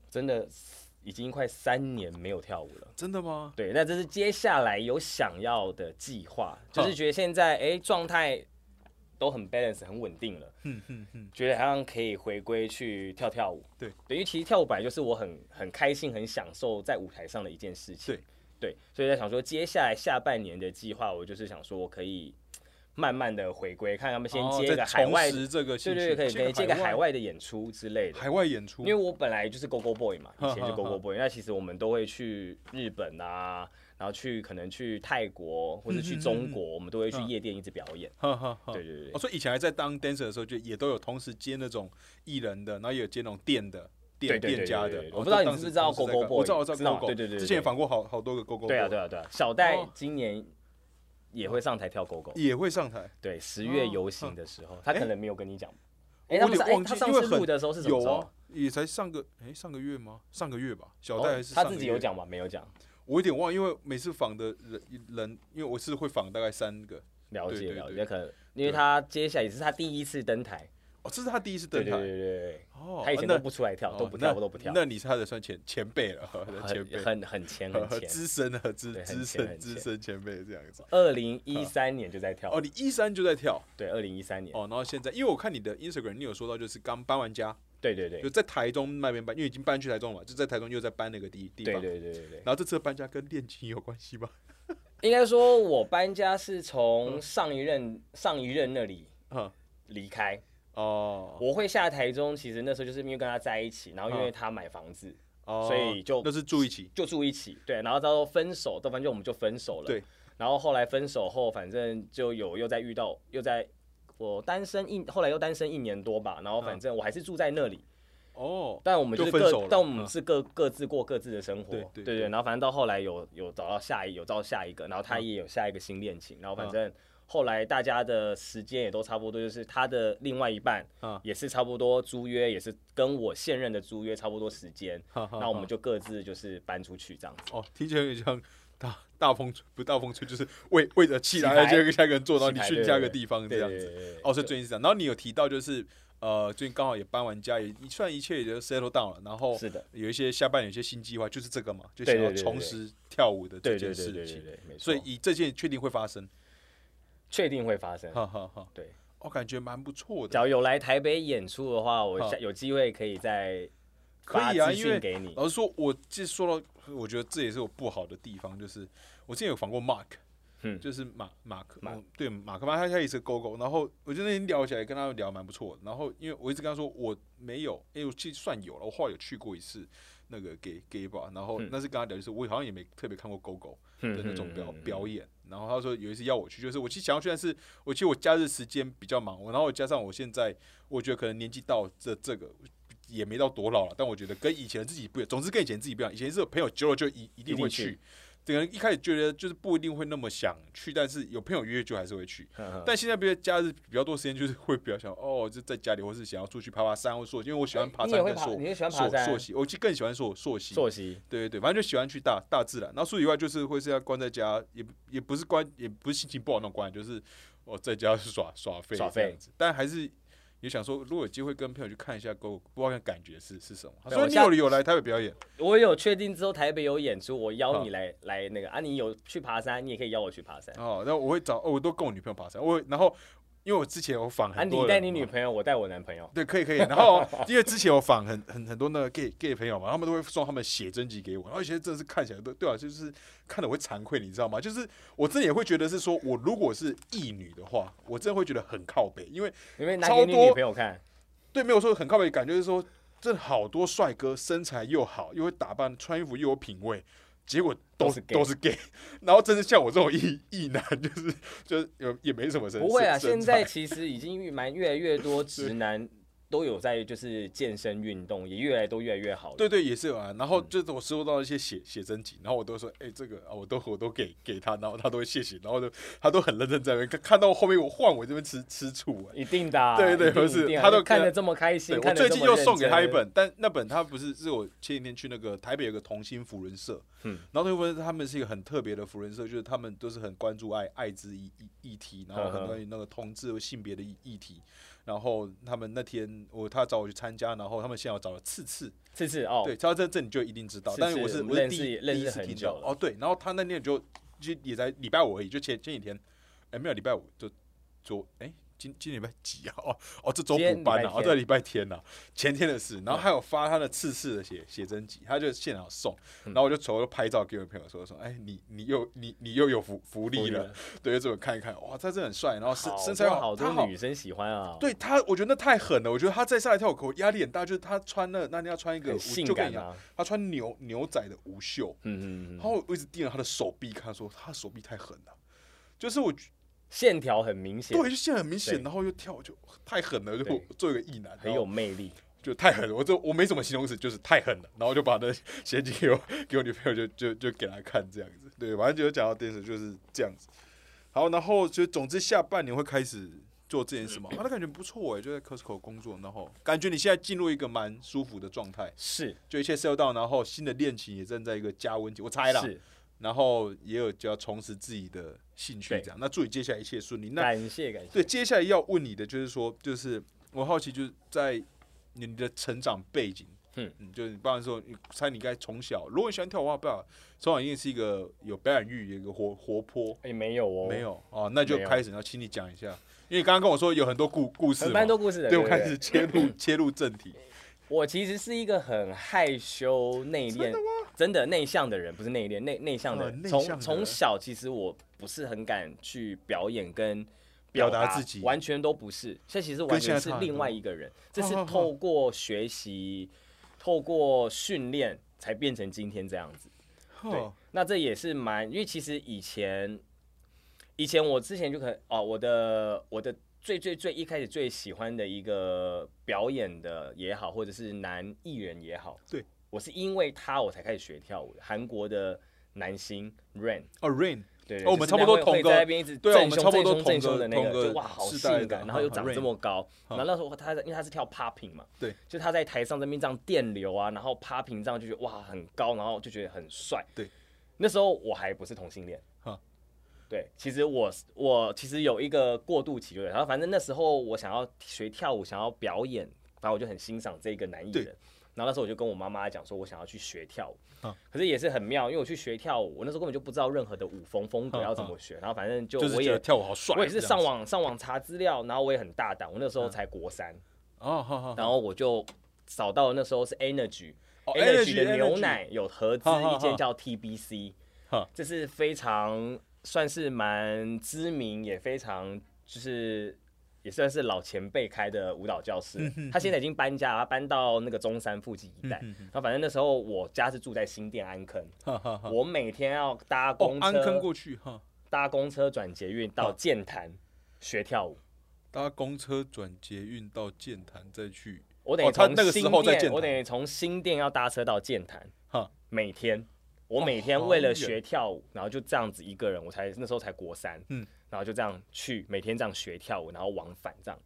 B: 真的已经快三年没有跳舞了。
A: 真的吗？
B: 对，那这是接下来有想要的计划，就是觉得现在哎状态都很 balance 很稳定了，
A: 哼哼哼，
B: 觉得好像可以回归去跳跳舞。
A: 对，
B: 因为其实跳舞本来就是我很很开心、很享受在舞台上的一件事情。
A: 对
B: 对，所以在想说接下来下半年的计划，我就是想说我可以慢慢的回归，看他们先
A: 哦
B: 接
A: 再
B: 个海
A: 重
B: 外，
A: 拾这个
B: 对
A: 兴趣，
B: 对对，可以可以接个
A: 外
B: 海外的演出之类的。
A: 海外演出，
B: 因为我本来就是 Go Go Boy 嘛，以前就 Go
A: 哈哈
B: Go Boy，那其实我们都会去日本啊，然后去可能去泰国或者去
A: 嗯
B: 中国，我们都会去夜店一直表演。
A: 哈哈哈。
B: 对对对
A: 哦，所以以前还在当 dancer 的时候，就也都有同时接那种艺人的，然后也有接那种店的。店
B: 对对对
A: 店家的
B: 对对，对
A: 哦
B: 我不知道
A: 就
B: 你
A: 当
B: 知不
A: 时
B: 知道
A: 同时在
B: Go Go
A: 干我知道，我
B: Boy，
A: 知道
B: 知道
A: Go Go，
B: 对对对对
A: 之前也访过好好多个 Go Go，
B: 对啊
A: Boy
B: 对啊对啊，小戴
A: 哦
B: 今年也会上台跳 Go Go，
A: 也会上台，
B: 对，十月
A: 哦嗯
B: 游行的时候，他可能没有跟你讲。
A: 我
B: 哎，他
A: 有
B: 不是
A: 点
B: 哎
A: 忘，记
B: 他上
A: 因为
B: 次
A: 很
B: 录的时候是什么
A: 有
B: 时
A: 啊
B: 候？，
A: 也才上个哎、上个月吗？上个月吧，小戴
B: 哦
A: 还是、
B: 他自己有，讲吗？没有讲，
A: 我有点忘，因为每次访的人人，因为我是会访大概三个。
B: 了
A: 对
B: 解
A: 对
B: 了
A: 对
B: 解，可能因为他接下来也是他第一次登台，
A: 哦，这是他第一次
B: 对
A: 登
B: 对
A: 台
B: 对对对对。
A: 哦，
B: 他以前
A: 啊
B: 都
A: 那
B: 不出来跳，
A: 哦
B: 都不跳，
A: 那
B: 我都不跳。
A: 那你是他的算前前辈了，前
B: 很
A: 辈，
B: 很很前
A: 呵
B: 很
A: 呵
B: 前。
A: 资深的资
B: 对很
A: 资
B: 前
A: 深
B: 很
A: 资
B: 前
A: 深前辈这样子。
B: 二零一三年就在跳
A: 哦，，你一三就在跳
B: 对，二零一三年，
A: 哦，然后现在，因为我看你的 Instagram，你有说到就是刚搬完家，
B: 对对
A: 就
B: 对，
A: 在台中那边搬，因为已经搬去台中了嘛，就在台中又在搬那个地地
B: 对
A: 方。
B: 对对对对。
A: 然后这次的搬家跟恋情有关系吗？
B: 应该说，我搬家是
A: 嗯
B: 从上一任上一任那里
A: 啊，
B: 离开，
A: 哦，嗯
B: 我会下台中。其实那时候就是因为跟他在一起，然后因为他买房子，
A: 哦
B: 所以就
A: 那是住一起，
B: 就住一起，对，然后到时候分手，到反正我们就分手了。
A: 对，
B: 然后后来分手后，反正就有又再遇到，又在我单身一，后来又单身一年多吧，然后反正
A: 嗯
B: 我还是住在那里，
A: 哦，
B: 但我们就是
A: 就分手
B: 各
A: 了，
B: 但我们
A: 嗯
B: 是各各自过各自的生活，
A: 对对
B: 对
A: 对嗯
B: 然后反正到后来有有找到下一有找到下一个，然后他也有下一个新恋情，然后反正后来大家的时间也都差不多，就是他的另外一半
A: 嗯
B: 也是差不多租约也是跟我现任的租约差不多时间，
A: 哈哈
B: 那我们
A: 哈
B: 就各自就是搬出去这样子。
A: 哦，听起来有点像大大风吹，不是大风吹，就是为为了气来，
B: 起来
A: 就跟下一个人做，然后
B: 起
A: 你
B: 来
A: 去
B: 对
A: 下一
B: 对
A: 个
B: 对
A: 地方这
B: 对
A: 样
B: 对
A: 子。
B: 对对
A: 哦，所以最近是这样。然后你有提到就是呃，最近刚好也搬完家，也算一切也就 settle down 了。然后
B: 是的，
A: 有一些下半年有一些新计划，就是这个嘛，就
B: 对
A: 想
B: 对
A: 要
B: 对对
A: 重
B: 对
A: 拾跳舞的这
B: 对
A: 件
B: 对
A: 事
B: 对对对
A: 情。
B: 对，没错，
A: 所以以这件确定会发生，
B: 确定会发生。
A: 哈哈哈。
B: 对，
A: 我感觉蛮不错
B: 只
A: 的。
B: 要有来台北演出的话，我
A: 好
B: 下有机会可以再
A: 嗯可
B: 发
A: 以啊，
B: 资
A: 因
B: 讯
A: 为
B: 给你。
A: 老实说，我其实说到，我觉得这也是我不好的地方，就是我之前有访过 Mark，
B: 嗯
A: 就是马马克，
B: 马
A: 嗯对马克嘛，他他也是狗狗，然后我觉得那天聊起来跟他聊蛮不错的，然后因为我一直跟他说我没有，哎、我其实算有了，我后来有去过一次那个 gay gay bar，然后
B: 嗯
A: 那是跟他聊，就是我好像也没特别看过狗狗
B: 嗯
A: 的那种表
B: 嗯嗯嗯
A: 表演，然后他说有一次要我去，就是我其实想要去，但是我其实我假日时间比较忙，我然后我加上我现在我觉得可能年纪到这这个。也没到多老了，但我觉得跟以前自己不一样，总之跟以前自己不一样。以前是有朋友揪了就一一定
B: 一定
A: 会
B: 去
A: 去，这个人一开始觉得就是不一定会那么想去，但是有朋友约就还是会去。
B: 呵呵
A: 但现在比如假日比较多时间，就是会比较想哦，就在家里，或是想要出去爬爬山或溯溪，因为我喜欢爬
B: 你也
A: 山
B: 会
A: 跟
B: 爬，
A: 溯
B: 你也喜欢爬
A: 溯
B: 山
A: 溯？溪，我就更喜欢溯溯溪。
B: 坐席
A: 对对对，反正就喜欢去大大自然。然后除此以外，就是会是要关在家，也不也不是关，也不是心情不好那种关，就是我在家耍耍废
B: 耍
A: 这样
B: 废
A: 子。但还是也想说，如果有机会跟朋友去看一下狗，不知道看感觉是是什么。
B: 对
A: 所
B: 我
A: 以你
B: 下
A: 有有来台北表演
B: 我有确定之后台北有演出，我邀
A: 嗯
B: 你来来那个啊，你有去爬山，你也可以邀我去爬山。
A: 哦，那我会找，哦、我都跟我女朋友爬山，我然后因为我之前有访
B: 啊，
A: 很多人嘛、
B: 你带你女朋友，我带我男朋友。
A: 对，可以可以。然后 因为之前我访很很很多那个 gay gay 朋友嘛，他们都会送他们写真集给我，然后有些真的是看起来都对啊，就是看的我会惭愧，你知道吗？就是我真的也会觉得是说我如果是异女的话，我真的会觉得很靠北，因为
B: 你会拿
A: 超
B: 给你
A: 多
B: 女朋友看，
A: 对没有说很靠北，感觉是说真的好多帅哥，身材又好，又会打扮，穿衣服又有品味。结果
B: 都
A: 都
B: 是
A: 是
B: gay
A: 都是 gay，然后真是像我这种异异男，就是就是有也没什么身
B: 不会 啊，
A: 身
B: 现
A: 身
B: 在
A: 材
B: 其实已经越蛮越来越多直男都有在就是健身运动，也越来都越来越好了。
A: 对对也是有啊。然
B: 嗯
A: 后就是我收到一些写写真集，然后我都说哎、这个啊我都我都给给他，然后他都会谢谢，然后就他都很认真在那边看看到后面我换我这边吃吃醋啊。
B: 一定的啊、
A: 对对
B: 一定
A: 不是
B: 一定啊
A: 他都
B: 看得这么开心
A: 对，我
B: 看得
A: 最
B: 这
A: 近
B: 么
A: 又送给
B: 认
A: 他一
B: 真，
A: 本，但那本他不是，是我前几天去那个台北有个同心福人社，
B: 嗯
A: 然后那边他们是一个很特别的福人社，就是他们都是很关注爱爱之议议议题，然后
B: 呵呵
A: 很关于那个同志性别的议议题，然后他们那天我他找我去参加，然后他们现在有找了次次，
B: 次次哦，
A: 对，他这这你就一定知道，但是我是
B: 是是
A: 我是
B: 认
A: 第
B: 识
A: 一
B: 认
A: 第一
B: 识
A: 次
B: 很
A: 听
B: 久
A: 到
B: 了
A: 哦，对，然后他那天就就也在礼拜五而已，就前前几天，哎没有礼拜五就昨哎今今礼拜几啊？哦哦这周
B: 今天
A: 补班
B: 礼
A: 啊，哦
B: 拜天嗯
A: 对礼拜天啊，前天的事，然后还有发他的次次的写写真集，他就现场送，
B: 嗯
A: 然后我就瞅着拍照给我朋友说说，哎你你又你你又有福福
B: 福
A: 利
B: 利
A: 了
B: 了，
A: 对，就这么看一看，哇他真的很帅，然后身
B: 好
A: 身
B: 多
A: 材
B: 哦好
A: 他好
B: 多女生喜欢啊，
A: 对他，我觉得那太狠了。我觉得他在上海跳口压力很大，就是他穿了那天要穿一个，
B: 很
A: 我
B: 性
A: 就跟
B: 感
A: 你讲，
B: 啊，
A: 他穿牛牛仔的无袖，
B: 嗯嗯
A: 然
B: 嗯，
A: 后我一直盯着他的手臂看说，他手臂太狠了。就是我觉
B: 线条很明显，
A: 对，就现在很明
B: 对
A: 显，然后又跳，就太狠了，就
B: 对
A: 做一个异男，
B: 很
A: 然
B: 有
A: 后
B: 魅力。
A: 就太狠了。我这我没什么形容词，就是太狠了。然后就把那写进给我 给我女朋友，就就就给她看这样子。对，反正就讲到电视就是这样子。好，然后就总之下半年会开始做这件事
B: 嗯
A: 嘛，他、的感觉不错哎，就在 Costco 工作，然后感觉你现在进入一个蛮舒服的状态，
B: 是
A: 就一切 sell 到，然后新的恋情也正在一个加温期，我猜啦。
B: 是，
A: 然后也有就要重拾自己的兴趣
B: 对
A: 这样。那祝你接下来一切顺利。那
B: 感谢感谢。
A: 对，接下来要问你的就是说，就是我好奇，就是在你的成长背景，
B: 嗯
A: 嗯，就是你爸说，你猜你该从小，如果你喜欢跳舞的话，爸从小一定是一个有表演欲，有一个活活泼，
B: 哎、没有哦，
A: 没，有哦，那就
B: 没有
A: 开始，要请你讲一下，因为你刚刚跟我说有很多故故事嘛
B: 蛮，多故事的。
A: 对，
B: 对
A: 我
B: 不对，
A: 开始切入切入正题，
B: 我其实是一个很害羞、内敛，真的内向的人，不是内敛，内内向的人。
A: 呃内向的
B: 从
A: 人
B: 从小其实我不是很敢去表演跟
A: 表
B: 达
A: 达自己
B: 完全都不是。这其实完
A: 跟现
B: 全
A: 在
B: 是
A: 差很
B: 另
A: 多
B: 外一个人，这是
A: 好好好
B: 透过学习、透过训练才变成今天这样子。对
A: 哦，，
B: 那这也是蛮，因为其实以前，以前我之前就可能哦，我的我的最最最一开始最喜欢的一个表演的也好，或者是男艺人也好，
A: 对
B: 我是因为他我才开始学跳舞的，韩国的男星 Rain。
A: 哦，Rain，
B: 对，
A: 哦我们
B: 就是
A: 差不多
B: 那会
A: 同个
B: 在那边一直
A: 对啊
B: 正
A: 我们
B: 胸
A: 差不多
B: 正胸正胸的
A: 同个
B: 那个，
A: 同个
B: 就哇，好
A: 世代的
B: 性感，然后又长这么高，
A: 嗯
B: 然后那时候他在，因为他是跳 popping 嘛，
A: 对，
B: 就他在台上这边这样电流啊，然后 popping 这样就觉得哇很高，然后就觉得很帅，
A: 对，
B: 那时候我还不是同性恋
A: 哈，
B: 对，其实我是我其实有一个过渡期，就是然后反正那时候我想要学跳舞，想要表演，然后我就很欣赏这个男艺
A: 对
B: 人。然后那时候我就跟我妈妈讲说，我想要去学跳舞，
A: 嗯
B: 可是也是很妙，因为我去学跳舞，我那时候根本就不知道任何的舞风风格
A: 嗯
B: 要怎么学，然后反正就
A: 就是
B: 我
A: 觉得
B: 也
A: 跳舞好帅，
B: 我也是
A: 这样
B: 上
A: 子，啊
B: 网上网查资料，然后我也很大胆，我那时候才国三，
A: 哦，好好，
B: 然后我就找到那时候是 Energy、
A: 哦
B: Energy 的
A: Energy，
B: 牛奶有合资
A: 哈哈哈
B: 一间叫 TBC，
A: 哈
B: 这是非常算是蛮知名也非常就是。也算是老前辈开的舞蹈教
A: 嗯
B: 室了，他现在已经搬家了，他搬到那个中山附近一带。然后反正那时候我家是住在新店安坑，
A: 哈哈哈，
B: 我每天要搭
A: 哦
B: 公，
A: 安坑
B: 车、
A: 过去哈，
B: 搭公车转捷运到剑潭学跳舞。
A: 搭公车转捷运到剑潭再去，
B: 我等于
A: 哦他
B: 从
A: 那个时候在
B: 新店
A: 剑潭
B: 我等于从新店要搭车到剑潭，
A: 哈，
B: 每
A: 哦
B: 天我每天为了学跳舞，然后就这样子一个人，我才那时候才国三，
A: 嗯，
B: 然后就这样去每天这样学跳舞，然后往返这样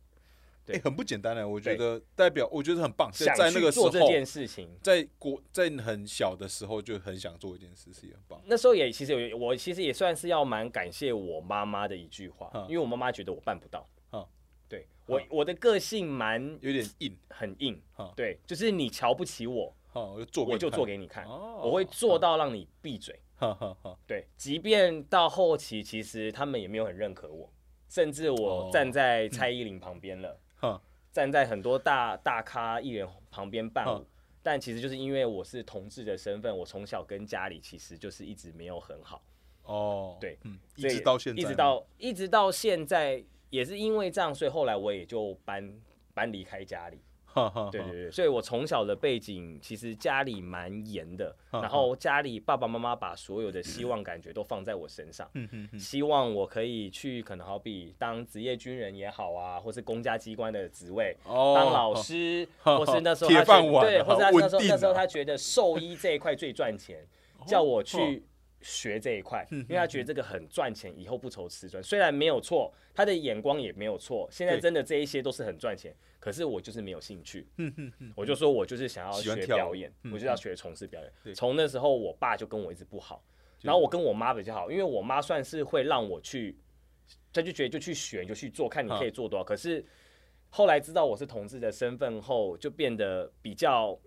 B: 对
A: 哎，很不简单哎，我
B: 对
A: 觉得代表我觉得很棒，在
B: 想
A: 在那
B: 去
A: 个时
B: 做
A: 候
B: 这件事情。
A: 在国在很小的时候就很想做一件事，是也很棒。
B: 那时候也其实有我其实也算是要蛮感谢我妈妈的一句话，
A: 嗯
B: 因为我妈妈觉得我办不到，
A: 嗯
B: 对我我的个性蛮
A: 有点硬
B: 很硬，
A: 嗯
B: 对，就是你瞧不起我，
A: 哈，我就做
B: 我就
A: 你
B: 做给你看，
A: 哦
B: 我会做到让你闭嘴。
A: 看，哈哈哈。
B: 对，即便到后期，其实他们也没有很认可我，甚至我
A: 哦
B: 站在蔡依林旁边了，
A: 哈
B: 站在很多大大咖艺人旁边伴舞
A: 嗯，
B: 但其实就是因为我是同志的身份，我从小跟家里其实就是一直没有很好，
A: 哦，
B: 对
A: 嗯，一
B: 所以
A: 直到现在，
B: 一直到一直到现在，也是因为这样，所以后来我也就搬搬离开家里，
A: 哈哈，
B: 对
A: 哈
B: 对对，所以我从小的背景其实家里蛮严的，
A: 嗯
B: 然后家里爸爸妈妈把所有的希望感觉都放在我身上，
A: 嗯嗯嗯，
B: 希望我可以去可能好比当职业军人也好啊，或是公家机关的职位。
A: 哦
B: 当老，师，
A: 哦
B: 或是那时候
A: 铁
B: 他觉得
A: 饭碗
B: 对，
A: 啊
B: 或者他那时
A: 稳
B: 候
A: 定啊哦
B: 那时候他觉得兽医这一块最赚钱，叫我去学这一
A: 嗯
B: 块，因为他觉得这个很赚钱，以后不愁吃穿。虽然没有错，他的眼光也没有错，现在
A: 对
B: 真的这一些都是很赚钱，可是我就是没有兴趣。
A: 嗯嗯嗯，
B: 我就说我就是想要
A: 喜欢
B: 学
A: 跳舞
B: 表演，
A: 嗯
B: 我就要学从事表
A: 对
B: 演。从那时候，我爸就跟我一直不好，然后我跟我妈比较好，因为我妈算是会让我去，她就觉得就去学，你就去做，看你可
A: 啊
B: 以做多少。可是后来知道我是同志的身份后，就变得比较。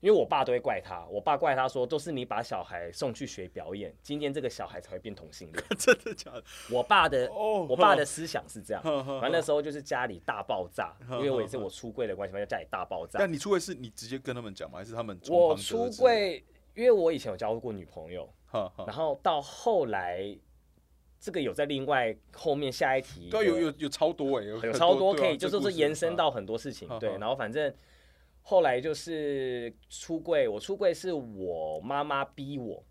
B: 因为我爸都会怪他，我爸怪他说都是你把小孩送去学表演，今天这个小孩才会变同性恋。
A: 哦 真的假的？
B: 我爸的
A: 哦
B: 我爸的思想是这 样，
A: 呵呵
B: 反正那时候就是家里大爆炸，
A: 呵
B: 因为我也是我出柜的关系，反正家里大爆炸。
A: 但你出柜是你直接跟他们讲吗？还是他们从
B: 我
A: 旁得知
B: 出，柜，因为我以前有交过女朋友，
A: 哈哈
B: 然后到后来，这个有在另外后面下一题，
A: 对啊，有有有超多哎，有
B: 有
A: 很
B: 超多
A: 多对啊
B: 可以，就是
A: 故
B: 说
A: 事
B: 延伸
A: 啊
B: 到很多事情
A: 哈，
B: 对
A: 哈，
B: 然后反正后来就是出柜，我出柜是我妈妈逼我。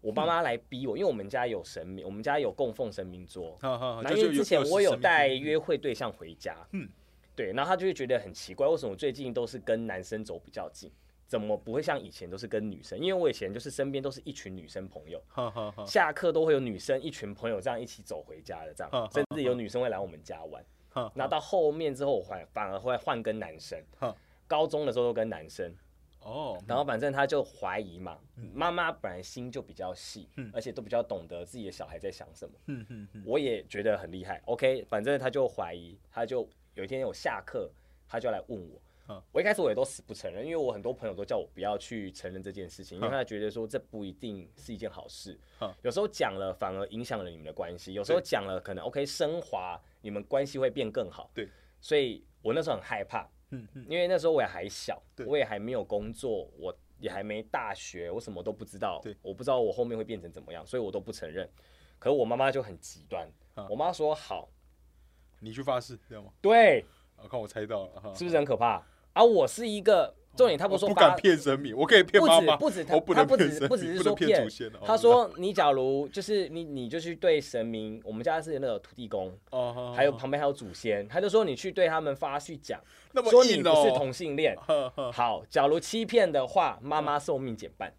B: 我妈妈来逼我，因为我们家有神明，我们家有供奉神明桌，
A: 哈哈，
B: 那
A: 啊就
B: 因
A: 就
B: 为之前我
A: 有
B: 有
A: 神秘
B: 带
A: 顾虑
B: 约会对象回家，
A: 嗯
B: 嗯，对，然后他就会觉得很奇怪，为什么我最近都是跟男生走比较近，怎么不会像以前都是跟女生？因为我以前就是身边都是一群女生朋友，
A: 哈哈哈
B: 下课都会有女生一群朋友这样一起走回家的，这
A: 哈哈
B: 样，甚至有
A: 嗯
B: 女生会来我们家玩。
A: 哈，
B: 那到后面之后，我反反而会换跟男生
A: 哈，
B: 高中的时候都跟男生，
A: 哦，
B: 然后反正他就怀疑嘛，
A: 嗯
B: 妈妈本来心就比较细，而且都比较懂得自己的小孩在想什么。
A: 嗯嗯嗯，
B: 我也觉得很厉害。OK，反正他就怀疑，他就有一天我下课，他就来问我。
A: 嗯
B: 我一开始我也都死不承认，因为我很多朋友都叫我不要去承认这件事情，因为他觉得说这不一定是一件好事。
A: 嗯
B: 有时候讲了反而影响了你们的关系，有时候讲了可能 OK 升华，你们关系会变更好。
A: 对，
B: 所以我那时候很害怕，
A: 嗯嗯，
B: 因为那时候我也还小
A: 对，
B: 我也还没有工作，我也还没大学，我什么都不知道
A: 对，
B: 我不知道我后面会变成怎么样，所以我都不承认。可我妈妈就很极端，
A: 啊
B: 我妈说好，
A: 你去发誓，这样吗？
B: 对，
A: 我看我猜到了哈，
B: 是不是很可怕？啊，我是一个重点，她
A: 我
B: 不是说
A: 不
B: 发
A: 敢骗神明，我可以骗妈妈，
B: 不止不
A: 我
B: 止他
A: 能
B: 不
A: 骗
B: 止
A: 神
B: 不
A: 明，
B: 只是
A: 不
B: 说
A: 能骗
B: 骗
A: 祖先哦。
B: 她说你假如就是你你就去对神明，我们家是那个土地公，
A: 哦，哦
B: 还有
A: 哦
B: 旁边还有祖先，她就说你去对他们发去讲，
A: 那么
B: 说你
A: 硬
B: 不是
A: 哦，
B: 同 性恋。
A: 呵呵
B: 好，假如欺骗的话，妈妈寿命减半。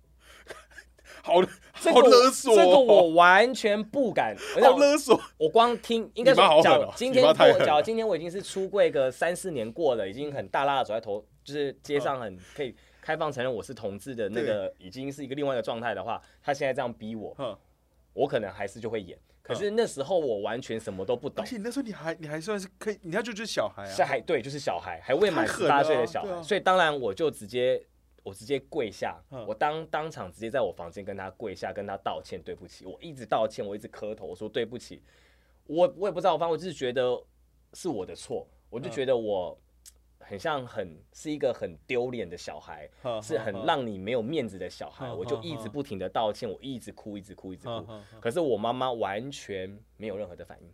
A: 好
B: 这
A: 好
B: 个我
A: 勒索哦，
B: 这个我完全不敢。我
A: 好
B: 想
A: 勒索，
B: 我光听，应该
A: 你妈好狠
B: 说，假
A: 哦
B: 如今
A: 你妈
B: 天
A: 太
B: 过，
A: 狠了
B: 假如今天我已经是出柜个三四年过了，已经很大大的走在头，就是街上很可以开放承认我是同志的那个，已经是一个另外一个状态的话，他现在这样逼我，
A: 哼
B: 我可能还是就会演。可
A: 啊
B: 是那时候我完全什么都不懂
A: 而，且你那时候你还你还算是可以，你还就就是小孩啊，
B: 是还对，就是小孩，还未满
A: 太
B: 十
A: 狠了啊
B: 八岁的小孩，
A: 对啊
B: 所以当然我就直接，我直接跪下，
A: 嗯
B: 我当当场直接在我房间跟他跪下，跟他道歉，对不起，我一直道歉，我一直磕头，我说对不起，我我也不知道，反正我就是觉得是我的错，我
A: 嗯
B: 就觉得我很像很是一个很丢脸的小孩，
A: 哼
B: 是很让你没有面子的小孩，
A: 嗯
B: 我就一直不停的道歉，我一直哭，一直哭，一直
A: 嗯
B: 哭
A: 嗯。
B: 可是我妈妈完全没有任何的反应，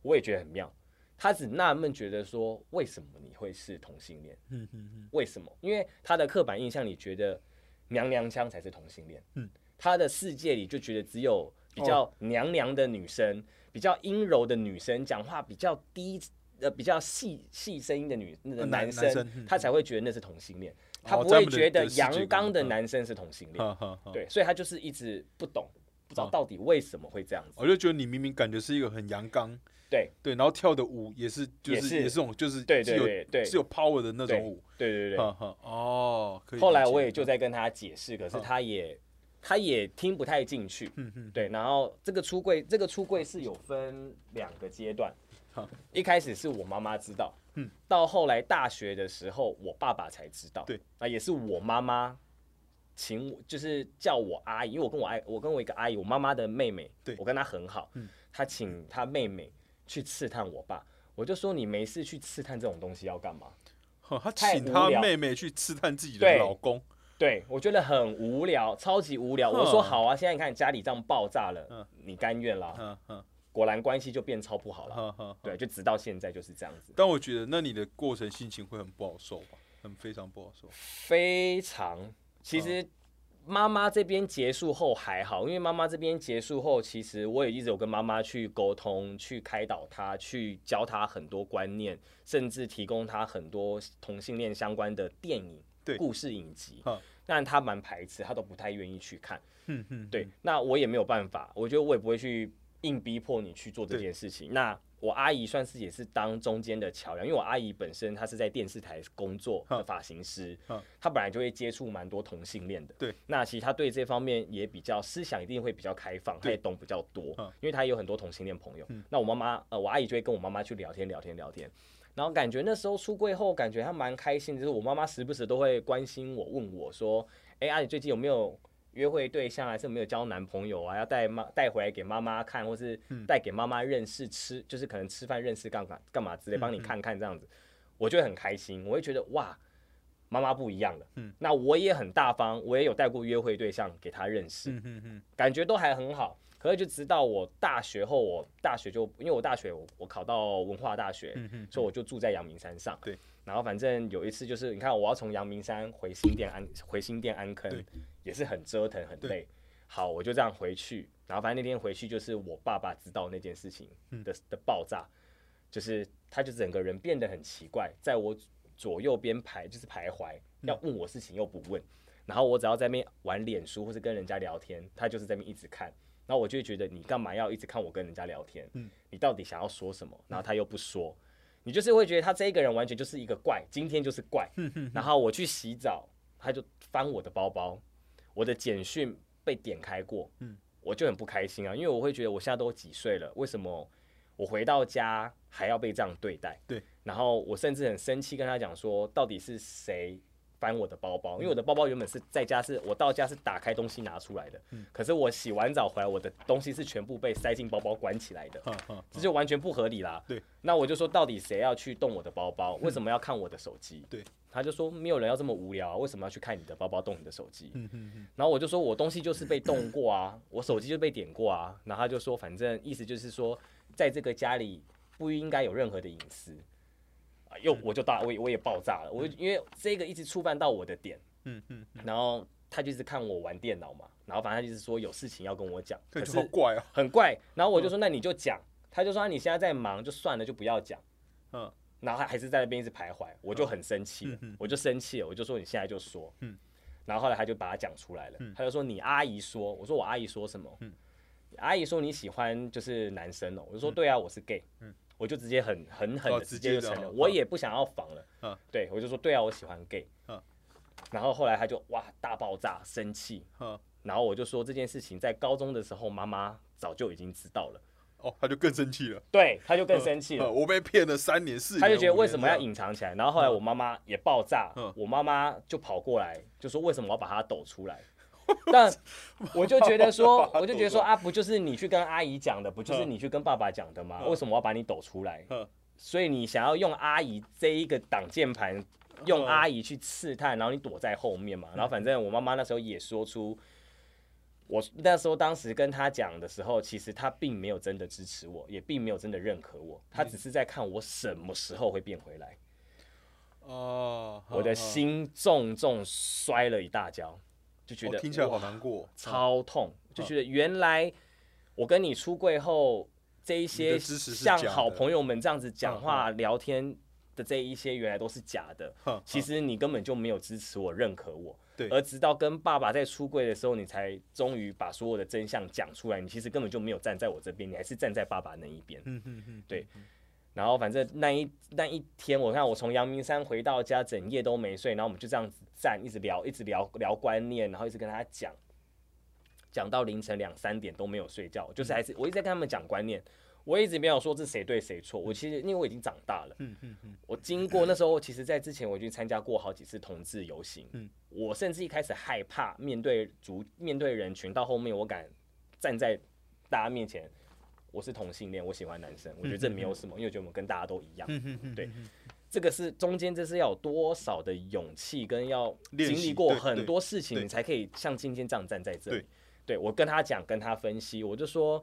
B: 我也觉得很妙。她只纳闷，觉得说为什么你会是同性恋？
A: 嗯嗯嗯，
B: 为什么？因为她的刻板印象里觉得娘娘腔才是同性恋，
A: 嗯哦
B: 嗯，她的世界里就觉得只有比较娘娘的女生，比较阴柔的女生，讲话比较低呃比较细细声音的女那个
A: 呃男
B: 男生，
A: 男生嗯
B: 她才会觉得那是同性恋，她
A: 哦
B: 不
A: 在
B: 会
A: 他们的
B: 觉得
A: 的世界
B: 阳刚
A: 观
B: 的
A: 嗯
B: 男生是同性恋。
A: 哈哈哈。
B: 对，所以他就是一直不懂，不知道到底为什么会这样子。
A: 我就觉得你明明感觉是一个很阳刚，
B: 对
A: 对，然后跳的舞也是，就
B: 也
A: 是
B: 是
A: 也是种，就是
B: 对
A: 是
B: 对
A: 有
B: 对对
A: 是有 power 的那种
B: 对
A: 舞。
B: 对 对对
A: 哈哈，哦，可以理解。
B: 后来我也就在跟他解释，可是他也他也听不太进去。
A: 嗯嗯
B: 对，然后这个出柜，这个出柜是有分两个阶段
A: 好。
B: 一开始是我妈妈知道，
A: 嗯
B: 嗯，到后来大学的时候，我爸爸才知道。
A: 对，
B: 啊，也是我妈妈请我，就是叫我阿姨，因为我跟我阿我跟我一个阿姨，我妈妈的妹妹，
A: 对嗯
B: 我跟她很好，她请她妹妹去刺探我爸，我就说你没事去刺探这种东西要干嘛？
A: 哼，他
B: 太
A: 请
B: 无
A: 他
B: 聊
A: 妹妹去刺探自己的
B: 对
A: 老公，
B: 对，我觉得很无聊，超级无聊。
A: 哼
B: 我说好啊，现在你看家里这样爆炸了，
A: 嗯
B: 你甘愿啦？
A: 嗯嗯，
B: 果然关系就变超不好了。
A: 哈哈。
B: 对，就直到现在就是这样子，
A: 但我觉得那你的过程心情会很不好受吧，很非常不好受。
B: 非常。其实妈妈这边结束后还好，因为妈妈这边结束后，其实我也一直有跟妈妈去沟通、去开导她、去教她很多观念，甚至提供她很多同性恋相关的电影
A: 对、
B: 故事影集
A: 哈。
B: 但她蛮排斥，她都不太愿意去看。
A: 哼哼，
B: 对，那我也没有办法，我觉得我也不会去硬逼迫你去做这
A: 对
B: 件事情。那我阿姨算是也是当中间的桥梁，因为我阿姨本身她是在电视台工作的
A: 哼
B: 发型师
A: 哼，
B: 她本来就会接触蛮多同性恋的。
A: 对，
B: 那其实她对这方面也比较思想一定会比较开放，她
A: 对
B: 也懂比较多
A: 哼，嗯
B: 因为她有很多同性恋朋友。那我妈妈呃，我阿姨就会跟我妈妈去聊天聊天聊天。然后感觉那时候出柜后，感觉她蛮开心，就是我妈妈时不时都会关心我，问我说：“哎、啊，你最近有没有约会对象，啊还是有没有交男朋友啊？要带妈带回来给妈妈
A: 嗯
B: 看，或是带给妈妈认识吃，就是可能吃饭认识干嘛干嘛之类，帮你看看这样子，
A: 嗯
B: 我就会很开心，我会觉得哇，妈妈不一样了。
A: 嗯
B: 那我也很大方，我也有带过约会对象给她认识，
A: 嗯哼哼，
B: 感觉都还很好。可是就直到我大学后，我大学就因为我大学我我考到文化大学，
A: 嗯哼，
B: 所以我就住在阳明山上。
A: 对，
B: 然后反正有一次就是，你看我要从阳明山回新店安回新店安坑
A: 对，
B: 也是很折腾很
A: 对
B: 累。好，我就这样回去，然后反正那天回去就是我爸爸知道那件事情
A: 嗯
B: 的、的爆炸，就是他就整个人变得很奇怪，在我左右边徘就是徘徊，
A: 嗯
B: 要问我事情又不问，然后我只要在那边玩脸书或是跟人家聊天，他就是在那边一直看。然后我就会觉得你干嘛要一直看我跟人家聊天？
A: 嗯
B: 你到底想要说什么？然后他又不说，你就是会觉得他这一个人完全就是一个怪，今天就是怪。然后我去洗澡，他就翻我的包包，我的简讯被点开过，
A: 嗯
B: 我就很不开心啊，因为我会觉得我现在都几岁了，为什么我回到家还要被这样对待？
A: 对，
B: 然后我甚至很生气，跟他讲说，到底是谁翻我的包包？因为我的包包原本是在家是，我到家是打开东西拿出来的，
A: 嗯
B: 可是我洗完澡回来，我的东西是全部被塞进包包关起来的。
A: 哈哈，
B: 这就完全不合理啦。
A: 对，
B: 那我就说，到底谁要去动我的包包？为什么要看我的手机？
A: 对，
B: 他就说没有人要这么无聊啊，为什么要去看你的包包动你的手机？
A: 嗯哼哼，
B: 然后我就说我东西就是被动过啊，我手机就被点过啊。然后他就说，反正意思就是说，在这个家里不应该有任何的隐私。啊又我就大我也我也爆炸了，我就因为这个一直触犯到我的点，
A: 嗯哼，
B: 然后他就一直看我玩电脑嘛，然后反正他就是说有事情要跟我讲，可
A: 感觉
B: 是
A: 好怪哦。
B: 很怪。然后我就说，那你就讲。他就说、啊你现在在忙，就算了，就不要讲。
A: 嗯
B: 然后他还是在那边一直徘徊，我就很生气了，
A: 嗯嗯
B: 我就生气了，我就说你现在就说。
A: 嗯
B: 然后后来他就把它讲出来了，他就说你阿姨说，我说我阿姨说什么？
A: 嗯
B: 你阿姨说你喜欢就是男生哦，我就说对啊，我是 gay。我就直接很很狠
A: 嗯哦
B: 的
A: 直
B: 直
A: 接
B: 接
A: 的
B: 就承认，
A: 哦
B: 我也不想要防了。
A: 嗯
B: 对，我就说对啊，我喜欢 gay。
A: 嗯
B: 然后后来他就哇大爆炸，生气，
A: 哈，
B: 然后我就说这件事情在高中的时候，妈妈早就已经知道了，
A: 哦，他就更生气了，
B: 对，她就更生气
A: 呃
B: 了，
A: 我被骗了三年四年，
B: 她就觉得为什么要
A: 五年
B: 隐藏起来。然后后来我妈妈也爆炸
A: 嗯，
B: 我妈妈就跑过来就说为什么我要把她抖 出来？但我就觉得说，我就觉得说啊，不就是你去跟阿姨讲的，不就是你去跟爸爸讲的吗？为什么我要把你抖出来
A: 嗯？
B: 所以你想要用阿姨这一个挡箭盘，用
A: 嗯
B: 阿姨去刺探，然后你躲在后面嘛。然后反正我妈妈那时候也说出，我那时候当时跟她讲的时候，其实她并没有真的支持我，也并没有真的认可我，她只是在看我什么时候会变回来。
A: 这样哦，
B: 我的
A: 哈哈
B: 心重重摔了一大跤，就觉
A: 哦
B: 得
A: 听起来
B: 哇
A: 好难过，
B: 超痛，
A: 嗯
B: 就觉得原来我跟你出柜后，这一
A: 你
B: 些
A: 的支持是
B: 像
A: 假的嗯
B: 好朋友们这样子讲话聊天的这一些，原来都是假的
A: 哼哼。
B: 其实你根本就没有支持我、认可我，
A: 嗯对
B: 而直到跟爸爸在出柜的时候，你才终于把所有的真相讲出来。你其实根本就没有站在我这边，你还是站在爸爸那一边。
A: 嗯哼哼，
B: 对然后反正那一那一天，我看我从阳明山回到家，整夜都没睡，然后我们就这样子站，一直聊，一直聊聊观念，然后一直跟他讲，讲到凌晨两三点都没有睡觉，就是还是我一直在跟他们讲观念，我一直没有说这谁对谁错，我其实因为我已经长大了，
A: 嗯哼哼，
B: 我经过那时候，其实在之前我已经参加过好几次同志游行，
A: 嗯
B: 我甚至一开始害怕面对族面对人群，到后面我敢站在大家面前，我是同性恋，我喜欢男生，我觉得这没有什么，因为我觉得我们跟大家都一样，
A: 嗯哼哼，
B: 对这个是中间这是要有多少的勇气跟要
A: 练
B: 经
A: 习
B: 历过
A: 对
B: 很
A: 对
B: 多事情，
A: 对
B: 你才可以像今天这样站在这里
A: 对。
B: 对我跟他讲，跟他分析，我就说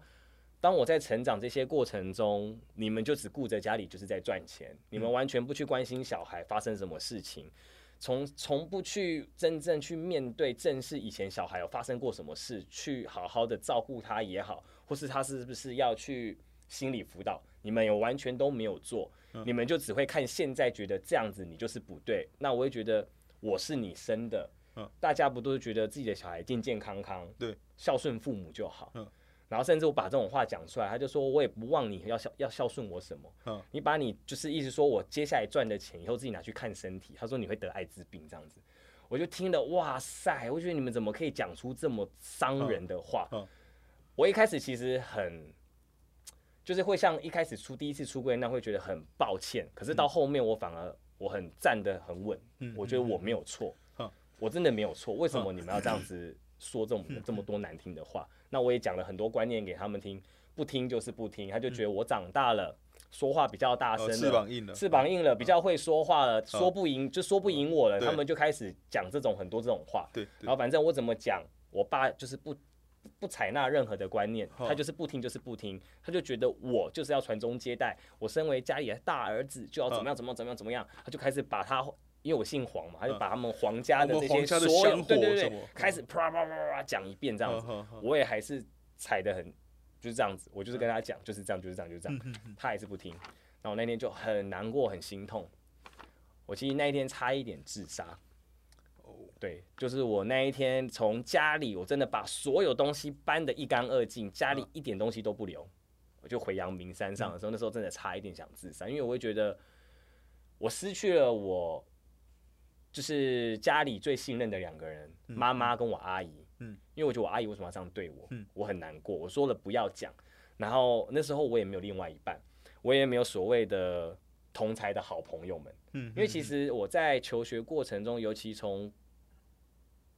B: 当我在成长这些过程中，你们就只顾着家里就是在赚钱，
A: 嗯
B: 你们完全不去关心小孩发生什么事情，从从不去真正去面对正视以前小孩有发生过什么事，去好好的照顾他也好，或是他是不是要去心理辅导，你们有完全都没有做，你们就只会看现在觉得这样子你就是不对，那我会觉得我是你生的，大家不都是觉得自己的小孩健健康康，
A: 嗯对，
B: 孝顺父母就好，
A: 嗯
B: 然后甚至我把这种话讲出来，他就说我也不忘你要孝要孝顺我什么，
A: 嗯
B: 你把你就是意思说我接下来赚的钱以后自己拿去看身体，他说你会得艾滋病这样子，我就听了哇塞，我觉得你们怎么可以讲出这么伤人的话？
A: 嗯嗯
B: 我一开始其实很。就是会像一开始出第一次出柜那样会觉得很抱歉，可是到
A: 嗯
B: 后面我反而我很站得很稳，我觉得我没有错，我真的没有错，为什么你们要这样子说这种
A: 嗯
B: 这么多难听的话？那我也讲了很多观念给他们听，不听就是不听，他就觉得我长大了，说话比较大声
A: 呃嗯
B: 了，
A: 翅膀硬了，
B: 翅膀硬了，比较会说话了，说不赢就说不赢我了，
A: 对
B: 他们就开始讲这种很多这种话。
A: 对对
B: 然后反正我怎么讲，我爸就是不不采纳任何的观念，他就是不听就是不听，他就觉得我就是要传宗接代，我身为家里的大儿子就要怎么样怎么样怎么样怎么样，他就开始把他。因为我姓黄嘛，他就把他们黄家的
A: 我们
B: 那些
A: 黄家的
B: 所有
A: 香火
B: 对对
A: 什
B: 对
A: 么，
B: 开始啪啪啪啪啪讲一遍这样子
A: 嗯嗯嗯，
B: 我也还是踩的很，就是这样子，我就是跟他讲就是这样就是这样就是这样，
A: 嗯
B: 他还是不听，然后我那天就很难过很心痛，我其实那一天差一点自杀。对，就是我那一天从家里，我真的把所有东西搬得一干二净，家
A: 嗯
B: 里一点东西都不留。我就回阳明山上的时候，那时候真的差一点想自杀，因为我会觉得我失去了我就是家里最信任的两个人，妈妈跟我阿姨。
A: 嗯，
B: 因为我觉得我阿姨为什么要这样对我？
A: 嗯，
B: 我很难过。我说了不要讲，然后那时候我也没有另外一半，我也没有所谓的同才的好朋友们。
A: 嗯，
B: 因为其实我在求学过程中，尤其从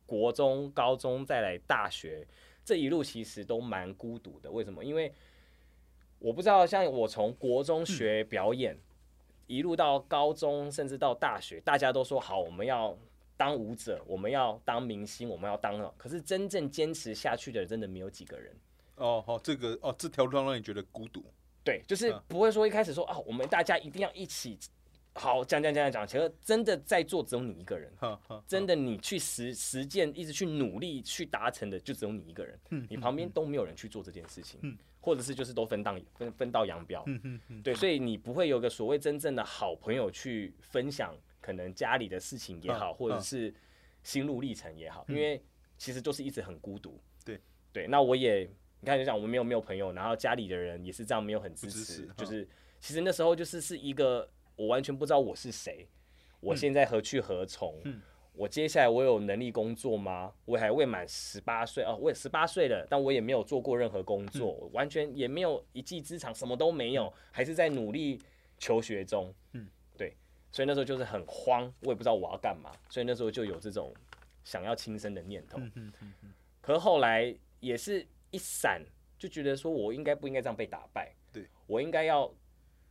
B: 国中、高中再来大学这一路，其实都蛮孤独的。为什么？因为我不知道，像我从
A: 嗯
B: 国中学表演，一路到高中，甚至到大学，大家都说好，我们要当舞者，我们要当明星，我们要当……可是真正坚持下去的，真的没有几个人。
A: 哦，好，这个哦，这条路让你觉得孤独，
B: 对，就是
A: 嗯
B: 不会说一开始说啊，我们大家一定要一起好讲讲讲讲讲，其实真的在做只有你一个人。
A: 哈哈，
B: 真的你去实实践，一直去努力去达成的，就只有你一个人，
A: 嗯
B: 你旁边都没有人去做这件事情，或者是就是都分道分分道扬
A: 嗯
B: 镳，对，所以你不会有个所谓真正的好朋友去分享可能家里的事情也好，
A: 嗯
B: 或者是心路历程也好，因为其实就是一直很孤独，
A: 对
B: 对，那我也你看就讲我们没有没有朋友，然后家里的人也是这样没有很支
A: 不支
B: 持
A: 持，嗯
B: 就是其实那时候就是是一个我完全不知道我是谁，
A: 嗯
B: 我现在何去何从？我接下来我有能力工作吗？我还未满十八岁哦，我也十八岁了，但我也没有做过任何工作，完全也没有一技之长，什么都没有，还是在努力求学中。嗯，对，所以那时候就是很慌，我也不知道我要干嘛，所以那时候就有这种想要轻生的念头。可是后来也是一闪，就觉得说我应该不应该这样被打败？
A: 对，嗯
B: 我应该要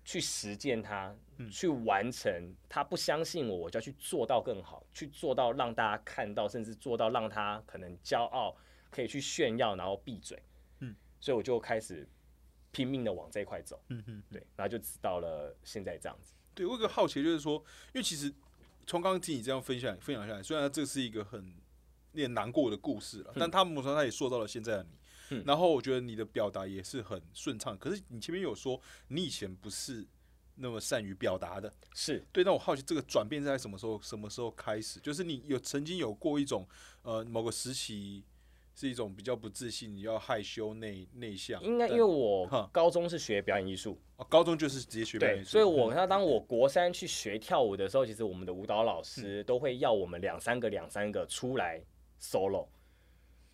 B: 去实践它，去完成。他不相信我，我就要去做到更好，去做到让大家看到，甚至做到让他可能骄傲，可以去炫耀，然后闭嘴。
A: 嗯，
B: 所以我就开始拼命的往这一块走。
A: 嗯哼。
B: 对，然后就直到了现在这样子。
A: 对，我有个好奇就是说，因为其实从刚刚听你这样分享分享下来，虽然这是一个很令人难过的故事
B: 嗯
A: 了，但他们说他也塑造了现在的你。然后我觉得你的表达也是很顺畅，可是你前面有说你以前不是那么善于表达的，
B: 是，
A: 对，那我好奇这个转变是在什么时候什么时候开始？就是你有曾经有过一种呃某个时期是一种比较不自信、比较害羞、内内向，
B: 应该因
A: 但
B: 为我
A: 哈
B: 高中是学表演艺术，
A: 哦高中就是直接学表嗯
B: 对，
A: 演，
B: 所以我那当我国三去学跳舞的时候，其实我们的舞蹈
A: 嗯
B: 老师都会要我们两三个两三个出来 solo，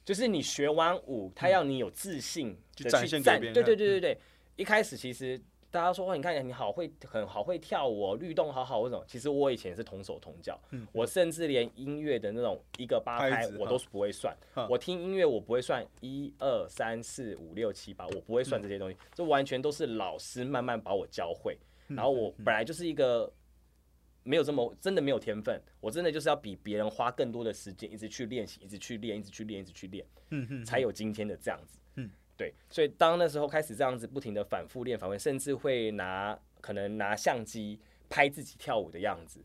B: 就是你学完舞，他要你有自信
A: 嗯去
B: 的
A: 展现
B: 去
A: 给
B: 站，
A: 别人
B: 对
A: 看嗯
B: 对对对对。一开始其实大家说，哇你看你好会，很好会跳舞、哦，律动好好，为什么？其实我以前是同手同脚，我甚至连音乐的那种一个八
A: 嗯拍
B: 拍
A: 子
B: 我
A: 哈
B: 都是不会算，我听音乐我不会算一二三四五六七八，我不会
A: 嗯
B: 算这些东西，这完全都是老师慢慢把我教会。
A: 嗯
B: 然后我本来就是一个没有这么真的没有天分，我真的就是要比别人花
A: 嗯
B: 更多的时间，一直去练习，一直去练，一直去练，一直去练，才有今天的这样子。对，所以当那时候开始这样子不停的反复练反复，甚至会拿可能拿相机拍自己跳舞的样子，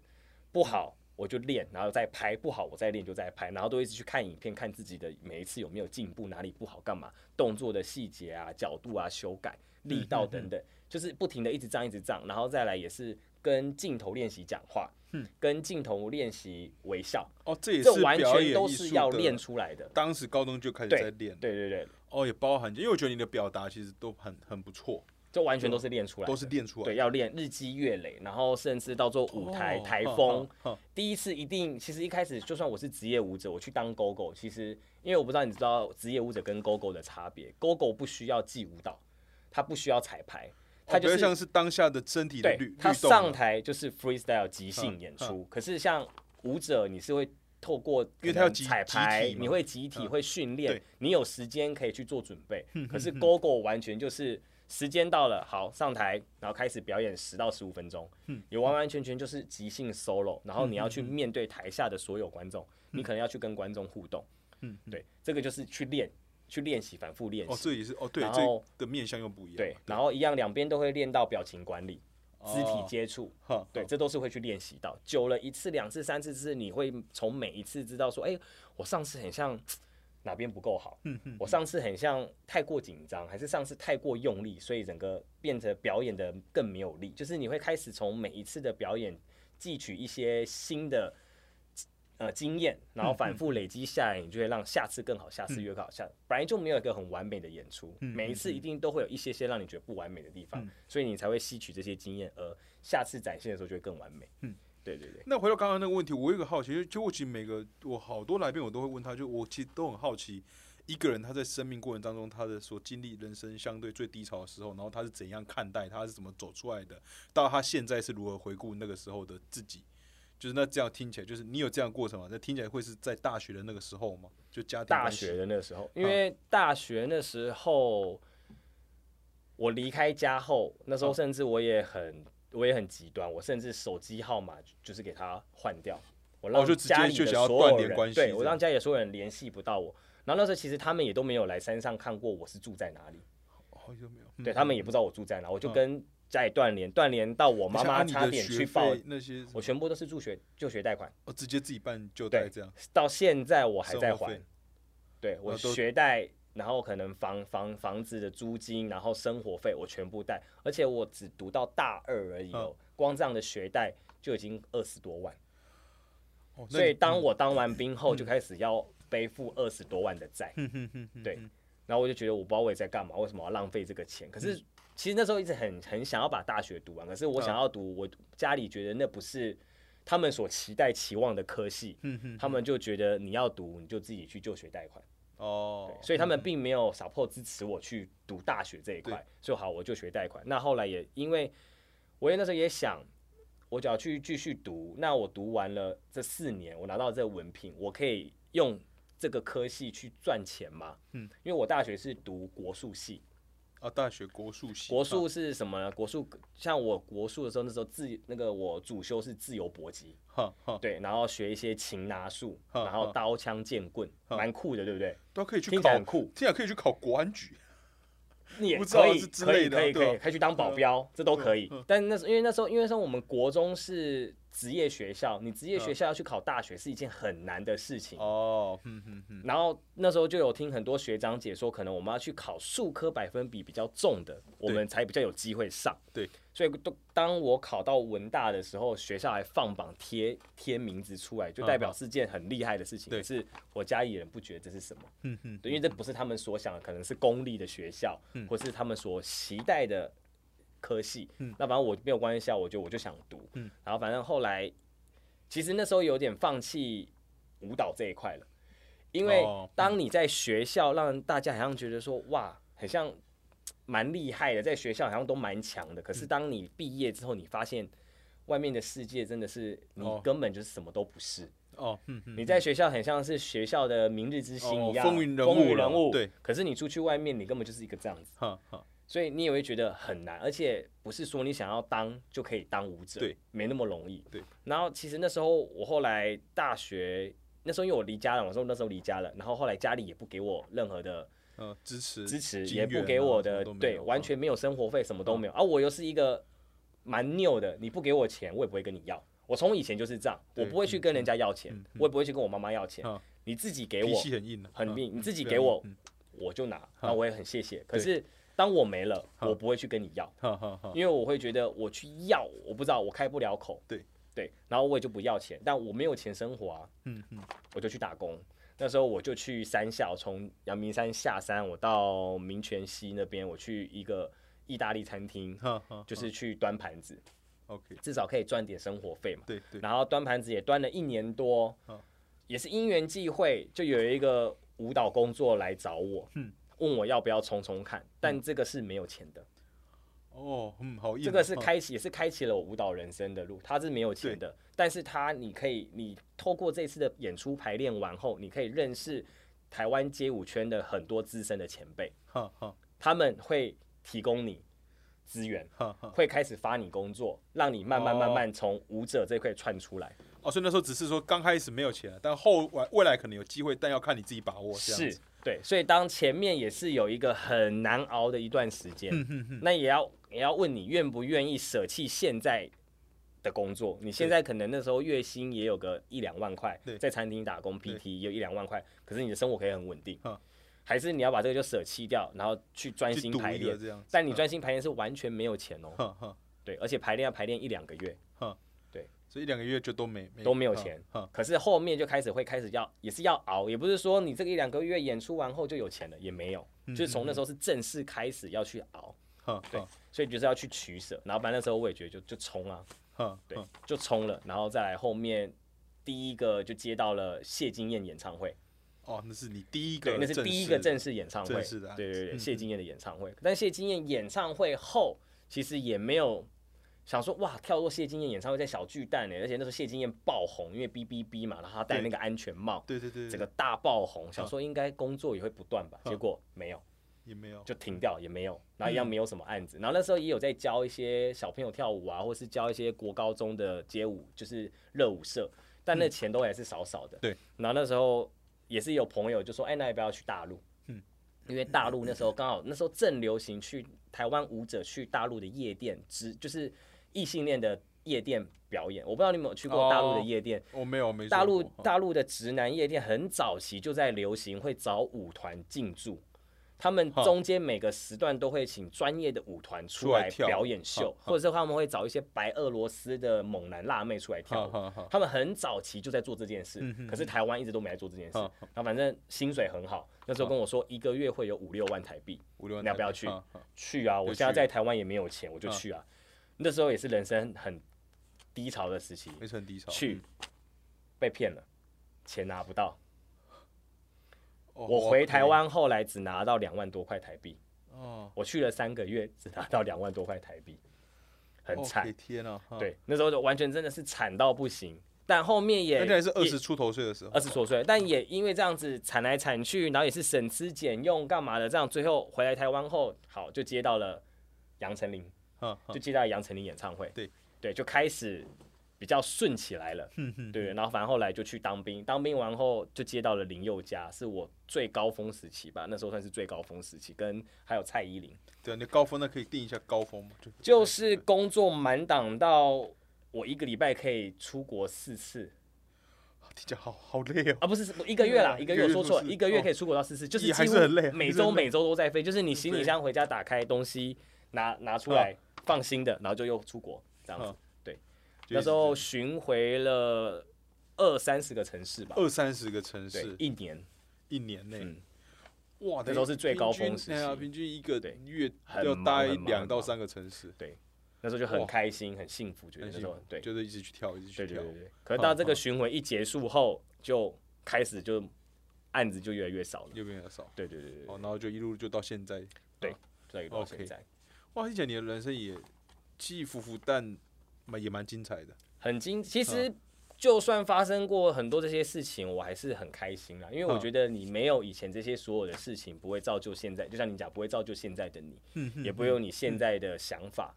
B: 不好我就练，然后再拍，不好我再练就再拍，然后都一直去看影片，看自己的每一次有没有进步，哪里不好干嘛，动作的细节啊、角度啊、修改力道等等，就是不停的一直这样一直这样，然后再来也是跟镜头练习讲话，跟镜头练习微笑，
A: 哦，这也
B: 这
A: 是
B: 完
A: 表
B: 全
A: 演
B: 都
A: 艺
B: 是
A: 术
B: 要
A: 的
B: 练出来的。
A: 当时高中就开始在
B: 对，
A: 练，
B: 对对对，
A: 哦，也包含，因为我觉得你的表达其实都很很不错，
B: 就完全都是练出来的，
A: 啊都是练出来哦的。
B: 对，要练日积月累，然后甚至到做舞台、
A: 哦
B: 台
A: 哼
B: 风
A: 哼哼。
B: 第一次一定，其实一开始就算我是职业舞者，我去当狗狗，其实因为我不知道你知道职业舞者跟狗狗的差别，狗狗不需要记舞蹈，它不需要彩排，它
A: 哦
B: 就
A: 比较
B: 是
A: 像是当下的身体的
B: 对
A: 律，
B: 他
A: 律动
B: 上
A: 了
B: 台就是 freestyle 即兴演出，可是像舞者，你是会透过
A: 因为他
B: 可能
A: 要集
B: 彩排
A: 集体，嘛
B: 你会集体会训练
A: 对，
B: 你有时间可以去做准备。可是 GoGo 完全就是时间到了，好上台，然后开始表演十到十五分钟，也完完全全就是即兴 solo，然后你要去面对台下的所有观众，你可能要去跟观众互动。嗯，对，这个就是去练，去练习，反复练
A: 哦，
B: 习。
A: 这也是哦，对，
B: 然
A: 这
B: 后
A: 的面相又不一样。
B: 对，然后一样两边都会练到表情管理、肢体
A: 哦
B: 接触。
A: 哈，
B: 对，这都是会去练习到。久了一次、两次、三次次，你会从每一次知道说，哎、我上次很像哪边不够好，
A: 嗯
B: 我上次很像太过紧张，还是上次太过用力，所以整个变得表演的更没有力。就是你会开始从每一次的表演汲取一些新的。呃，经验，然后反复累积下来，你就会让下次更好，下次越更好。下本来就没有一个很完美的演出，每一次一定都会有一些些让你觉得不完美的地方，所以你才会吸取这些经验，而下次展现的时候就会更完美。嗯，对对对，
A: 那回到刚刚那个问题，我有一个好奇，就就我其实每个我好多来宾我都会问他，就我其实都很好奇，一个人他在生命过程当中，他的所经历人生相对最低潮的时候，然后他是怎样看待，他是怎么走出来的，到他现在是如何回顾那个时候的自己。就是那这样听起来，就是你有这样的过程吗？那听起来会是在大学的那个时候吗？就家庭
B: 大
A: 关系嗯
B: 学的那时候，因为大学那时候我离开家后，那
A: 嗯
B: 时候甚至我也很我也很极端，我甚至手机号码就是给他换掉，我让
A: 哦就直接
B: 家里
A: 就
B: 的
A: 想要
B: 所
A: 断
B: 有
A: 联
B: 人，
A: 关系
B: 对
A: 这
B: 我
A: 样
B: 让家里的所有人联系不到我。然后那时候其实他们也都没有来山上看过我是住在哪里，
A: 哦，有没有？嗯
B: 对他们也不知道我住在哪，我就跟家里断联，断联到我妈
A: 像
B: 妈
A: 啊按你
B: 差
A: 的
B: 点
A: 学
B: 去报
A: 费，那些，
B: 我全部都是助学就学贷款。
A: 哦，直接自己办就
B: 对
A: 贷这样。
B: 到现在我还在
A: 生活
B: 还
A: 费。
B: 对我
A: 哦都
B: 学贷，然后可能房房房子的租金，然后生活费我全部贷，而且我只读到大二而已哦，
A: 嗯
B: 光这样的学贷就已经二十多万。
A: 哦那
B: 所以
A: 你嗯
B: 当我当完兵后，就开始要背负二十多万的债。对，
A: 嗯
B: 然后我就觉得我不知道我也在干嘛，为什么要浪费这个钱？可是
A: 嗯
B: 其实那时候一直很很想要把大学读完，可是我想要读，我家里觉得那不是他们所期待期望的科系，
A: 嗯
B: 他们就觉得你要读你就自己去就学贷款，
A: 哦，
B: 所以他们并没有 support 支持我去读大学这一块
A: 对，
B: 所以好我就学贷款。那后来也因为我也那时候也想，我只要去继续读，那我读完了这四年，我拿到这个文凭，我可以用这个科系去赚钱吗？嗯，因为我大学是读国术系，
A: 啊，大学国术系，
B: 国术是什么呢？国术像我国术的时候，那时候自那个我主修是自由搏击，
A: 哈哈，
B: 对，然后学一些擒拿术，
A: 哼
B: 然后
A: 哼
B: 刀枪剑棍，蛮酷的，对不对？
A: 都可以去
B: 听起来
A: 考
B: 很酷
A: 听起来可以去考国安局。
B: 你也
A: 不知道
B: 可以
A: 是之
B: 可
A: 类
B: 以
A: 的
B: 可以
A: 对啊嗯
B: 可以，可以去当保镖，这都可以。但那时候因为那时候因为那时候我们国中是职业学校，你职业学校要去考大学是一件很难的事
A: 嗯
B: 情。
A: 哦，嗯嗯嗯，
B: 然后那时候就有听很多学长姐说，可能我们要去考数科百分比比较重的，我们才比较有机会上。
A: 对，
B: 所以都当我考到文大的时候，学校还放榜贴贴名字出来，就代表是件很厉害的事情。
A: 嗯对
B: 可是我家里人不觉得这是什么，嗯嗯，因为这不是他们所想的，可能是公立的学校，
A: 嗯
B: 或是他们所期待的科系。
A: 嗯
B: 那反正我没有关系啊，我觉得我就想读。然后反正后来，其实那时候有点放弃舞蹈这一块了，因为
A: 哦
B: 当你在学校让大家好像觉得说哇，很像蛮厉害的，在学校好像都蛮强的，
A: 嗯
B: 可是当你毕业之后，你发现外面的世界真的是你
A: 哦
B: 根本就是什么都不是。
A: 哦，嗯嗯，
B: 你在学校很像是学校的明日之星一样，
A: 哦风云人物
B: 风云
A: 了
B: 人物。
A: 对，
B: 可是你出去外面，你根本就是一个这样子。
A: 哈哈，
B: 所以你也会觉得很难，而且不是说你想要当就可以当舞者，
A: 对，
B: 没那么容易。
A: 对。
B: 然后其实那时候我后来大学那时候因为我离家了，我说那时候离家了，然后后来家里也不给我任何的
A: 呃，支持
B: 支持，
A: 金
B: 也不
A: 源
B: 给
A: 啊嗯
B: 我
A: 什么
B: 的
A: 都没
B: 对，
A: 有
B: 完
A: 嗯
B: 全没有生活费，什么都没有啊！我又是一个蛮拗的，你不给我钱，我也不会跟你要。我从以前就是这样，我
A: 对
B: 不会去跟人家要钱，我也不会去跟我妈妈要钱
A: 嗯。
B: 你自己给
A: 脾
B: 我
A: 气很硬啊，
B: 很
A: 嗯
B: 硬，你自己
A: 对啊
B: 给我，我就拿，那我也很谢谢。可是当我没了，我不会去跟你要，
A: 哈哈哈，
B: 因为我会觉得我去要，我不知道我开不了口。
A: 对
B: 对，然后我也就不要钱，但我没有钱生活啊，
A: 嗯嗯，
B: 我就去打工。那时候我就去山下，我从阳明山下山，我到民权西那边，我去一个意大利餐厅，
A: 哈哈，
B: 就是去端盘子，
A: OK，
B: 至少可以赚点生活费嘛。
A: 对对，
B: 然后端盘子也端了一年多
A: 嗯，
B: 也是因缘际会，就有一个舞蹈工作来找我，
A: 嗯
B: 问我要不要冲冲看，但这个是没有钱的，
A: 哦，嗯，好硬啊，
B: 这个是
A: 嗯
B: 开启也是开启了我舞蹈人生的路，它是没有钱的，但是它你可以，你透过这次的演出排练完后，你可以认识台湾街舞圈的很多资深的前辈，
A: 哈哈
B: 他们会提供你资源。
A: 哈哈，
B: 会开始发你工作，让你慢慢
A: 哦
B: 慢慢从舞者这块窜出来。
A: 哦，所以那时候只是说刚开始没有钱啊，但后来未来可能有机会，但要看你自己把握，这样
B: 是
A: 子，
B: 对，所以当前面也是有一个很难熬的一段时间，
A: 嗯
B: 那也要也要问你愿不愿意舍弃现在的工作。你现在可能那时候月薪也有个一两万块
A: 对，
B: 在餐厅打工 PT 有一两万块，可是你的生活可以很稳定
A: 嗯，
B: 还是你要把这个就舍弃掉，然后去专
A: 去
B: 心
A: 赌
B: 排
A: 一个
B: 练？
A: 这嗯样子，
B: 但你专心排练是完全没有钱哦，
A: 哈哈，
B: 对，而且排练要排练一两个月，
A: 所以一两个月就都没
B: 都没有钱
A: 哈，
B: 可是后面就开始会开始要，也是要熬，也不是说你这个一两个月演出完后就有钱了，也没有，
A: 嗯
B: 就是从那时候是正式开始要去熬，
A: 哈哈
B: 对
A: 哈
B: 所以就是要去取舍。然后反正那时候我也觉得就就冲啊，
A: 哈，
B: 对
A: 哈，
B: 就冲了，然后再来后面第一个就接到了谢金燕演唱会，
A: 哦，那是你第一个
B: 对，
A: 正
B: 那
A: 式
B: 是
A: 的，
B: 第一个正式演唱会
A: 正式的啊，
B: 对对对，谢金燕的演唱会。但谢金燕演唱会后，其实也没有想说哇，跳过谢金燕演唱会在小巨蛋欸呢，而且那时候谢金燕爆红，因为 B B B 嘛，然后她戴那个安全帽，
A: 对，对对对，
B: 整个大爆红，
A: 嗯
B: 想说应该工作也会不断吧，结果没有，
A: 也没有，
B: 就停掉也没有，
A: 嗯
B: 然后一样没有什么案子。然后那时候也有在教一些小朋友跳舞啊，或是教一些国高中的街舞，就是热舞社，但那钱都还是少少的。
A: 嗯对。
B: 然后那时候也是有朋友就说，哎，那要不要去大陆？
A: 嗯
B: 嗯。因为大陆那时候刚好那时候正流行去台湾舞者去大陆的夜店，只就是异性恋的夜店表演。我不知道你有没有去过大陆的
A: 哦
B: 夜店，
A: 我没有没
B: 大陆
A: 做过
B: 大陆的直男夜店很早期就在流行，会找舞团进驻，他们
A: 哈
B: 中间每个时段都会请专业的舞团出
A: 出来
B: 来
A: 跳
B: 表演秀，
A: 哈
B: 或者是他们会找一些白俄罗斯的猛男辣妹出来跳
A: 哈
B: 舞。
A: 哈哈，
B: 他们很早期就在做这件事
A: 嗯哼，
B: 可是台湾一直都没在做这件事。
A: 哈
B: 然后反正薪水很好，那时候跟我说一个月会有五六万台币，
A: 五六万
B: 你要不
A: 台
B: 要
A: 币
B: 去
A: 哈哈
B: 去啊！我
A: 就
B: 现在
A: 去
B: 在台湾也没有钱，我就去啊。那时候也是人生很低潮的时期，
A: 没是很低潮，
B: 去
A: 嗯，
B: 被骗了，钱拿不到。
A: 哦
B: 我回台，湾后来只拿到两万多块台币，
A: 哦，
B: 我去了三个月只拿到两万多块台币，很惨。
A: 哦天啊，哈，
B: 对，那时候就完全真的是惨到不行，但后面也
A: 而且还是二十
B: 也
A: 出头岁的时候
B: 二，十多岁，但也因为这样子惨来惨去，然后也是省吃俭用干嘛的，这样最后回来台湾后，好就接到了杨丞琳，
A: 哈哈
B: 呃就接到了杨丞琳演唱会，
A: 嗯对
B: 对，就开始比较顺起来了。
A: 哼哼
B: 对，然后反正后来就去当兵，当兵完后就接到了林宥嘉，是我最高峰时期吧，那时候算是最高峰时期，跟还有蔡依林，
A: 对，你高峰那可以定一下高峰嘛，就
B: 就是工作满档到我一个礼拜可以出国四次
A: 听起来好好累哦，
B: 啊，不是一个月啦，一
A: 嗯
B: 个
A: 一个
B: 月
A: 月
B: 说错了，
A: 出四
B: 一个月
A: 哦
B: 可以出国到四次，就是
A: 也还
B: 几
A: 是
B: 乎
A: 很累啊还
B: 每
A: 是
B: 周
A: 很累
B: 每周都在飞，就是你行李箱回家打开东西拿拿出
A: 嗯
B: 来放新的，然后就又出国这样子
A: 啊。就一
B: 那
A: 直
B: 时候巡回了二三十个城市吧，
A: 二三十个城
B: 对
A: 市，
B: 一年。
A: 一年内
B: 嗯，
A: 哇，
B: 那时候是最高峰时期
A: 平均哎呀平均一个
B: 对
A: 月
B: 很
A: 要
B: 忙
A: 待
B: 很忙
A: 两
B: 很
A: 到
B: 忙
A: 三个城市，
B: 那时候就很
A: 哇
B: 开心、很幸福，觉得
A: 很
B: 那
A: 辛
B: 时候
A: 苦，
B: 对对
A: 就是一直去跳，一直去
B: 对对
A: 跳，
B: 对。可是到这个巡回一结束后，就开始就案子就越来越少了。
A: 右边的少，
B: 对对对对
A: 哦，然后就一路就到现在，
B: 对，到现在
A: 哇，听起来你的人生也起起伏伏，但蛮也蛮精彩的，
B: 很惊。其实就算发生过很多这些事情，我还是很开心啦，因为
A: 嗯
B: 我觉得你没有以前这些所有的事情，不会造就现在，就像你讲，不会造就现在的你，也不会有你现在的想法。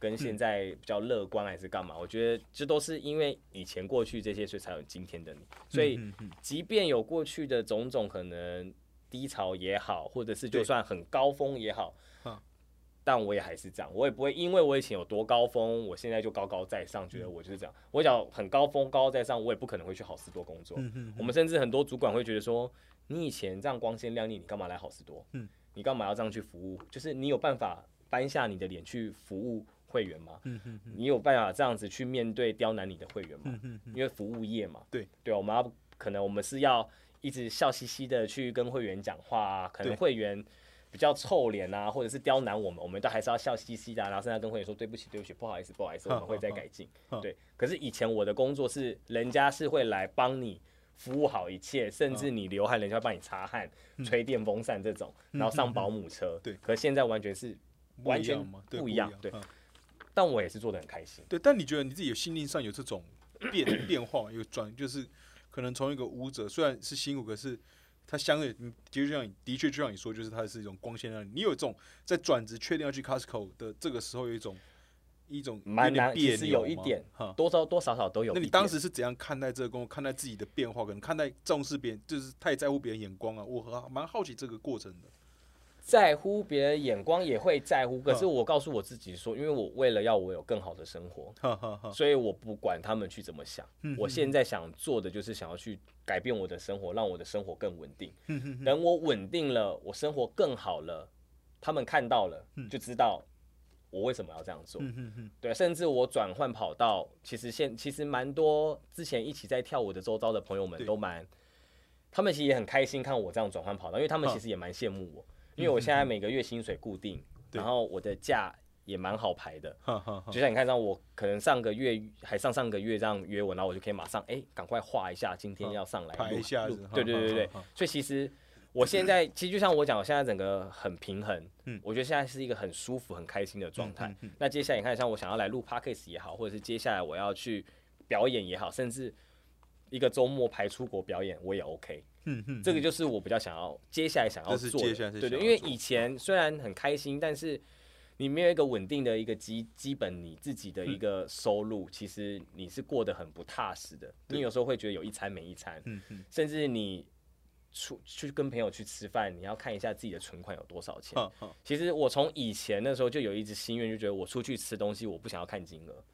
B: 跟现在比较乐观还是干嘛？我觉得这都是因为以前过去这些，所以才有今天的你。所以
A: 嗯嗯
B: 即便有过去的种种可能低潮也好，或者是
A: 对
B: 就算很高峰也好
A: 嗯，
B: 但我也还是这样，我也不会因为我以前有多高峰，我现在就高高在上，
A: 嗯
B: 觉得我就是这样。我讲很高峰、高高在上，我也不可能会去好事多工作。
A: 嗯
B: 我们甚至很多主管会觉得说，你以前这样光鲜亮丽，你干嘛来好事多？
A: 嗯
B: 你干嘛要这样去服务？就是你有办法搬下你的脸去服务会员吗？
A: 嗯嗯
B: 你有办法这样子去面对刁难你的会员吗？
A: 嗯
B: 因为服务业嘛，
A: 对
B: 对，啊我们要可能我们是要一直笑嘻嘻的去跟会员讲话、啊，可能
A: 对
B: 会员比较臭脸啊，或者是刁难我们，我们都还是要笑嘻嘻的啊、然后甚至跟会员说对不起，对不起，不好意思，不好意思，我们会再改进。对，可是以前我的工作是人家是会来帮你。服务好一切，甚
A: 嗯
B: 至你流汗，人家会帮你擦汗、吹电风扇这种，
A: 嗯
B: 然后上保姆车。
A: 对
B: 可是现在完全是完全
A: 嘛，对
B: 不
A: 一
B: 一样。对，
A: 嗯
B: 但我也是做的很开心。
A: 对，但你觉得你自己有心灵上有这种变变化，有转，就是可能从一个舞者，虽然是辛苦，可是他相对，嗯的确就像你的确就像你说，就是它是一种光鲜亮丽。你有这种在转职确定要去 Costco 的这个时候，有一种一种有
B: 蛮
A: 点
B: 难，
A: 别
B: 其实
A: 扭
B: 有一
A: 吗
B: 点
A: 哈。
B: 多少多少少都有一
A: 那
B: 点。
A: 你当时是怎样看待这个工作，看待自己的变化，可能看待重视别人，就是太在乎别人眼光啊？我很蛮好奇这个过程的。
B: 在乎别人眼光也会在乎，可是
A: 嗯
B: 我告诉我自己说，因为我为了要我有更好的生活，
A: 哈哈哈，
B: 所以我不管他们去怎么想
A: 嗯。
B: 我现在想做的就是想要去改变我的生活，让我的生活更稳定。
A: 哼哼哼
B: 等我稳定了，我生活更好了，他们看到了
A: 嗯
B: 就知道我为什么要这样做。
A: 嗯哼哼
B: 对，甚至我转换跑道，其实现其实蛮多之前一起在跳舞的周遭的朋友们
A: 对
B: 都蛮，他们其实也很开心看我这样转换跑道，因为他们
A: 嗯
B: 其实也蛮羡慕我，因为我现在每个月薪水固定，
A: 对
B: 然后我的假也蛮好排的。
A: 哈哈哈
B: 就，像你看，像我可能上个月还上上个月这样约我，然后我就可以马上哎，赶快画一下，今天
A: 嗯
B: 要上来
A: 排
B: 录
A: 一下
B: 录
A: 子
B: 对对对对
A: 嗯嗯嗯
B: 对，所以其实我现在其实就像我讲，我现在整个很平衡，
A: 嗯
B: 我觉得现在是一个很舒服、很开心的状态。
A: 嗯嗯嗯
B: 那接下来你看，像我想要来录 podcast 也好，或者是接下来我要去表演也好，甚至一个周末排出国表演，我也 OK。
A: 嗯哼，
B: 这个就是我比较想要接下来想要
A: 这是
B: 做的，
A: 接下来是
B: 对
A: 想
B: 对，
A: 要
B: 因为
A: 做
B: 以前虽然很开心，但是你没有一个稳定的一个基基本你自己的
A: 嗯
B: 一个收入，其实你是过得很不踏实的。你有时候会觉得有一餐没一餐，
A: 嗯嗯
B: 甚至你出去跟朋友去吃饭，你要看一下自己的存款有多少钱。
A: 哈哈，
B: 其实我从以前那时候就有一直心愿，就觉得我出去吃东西，我不想要看金额。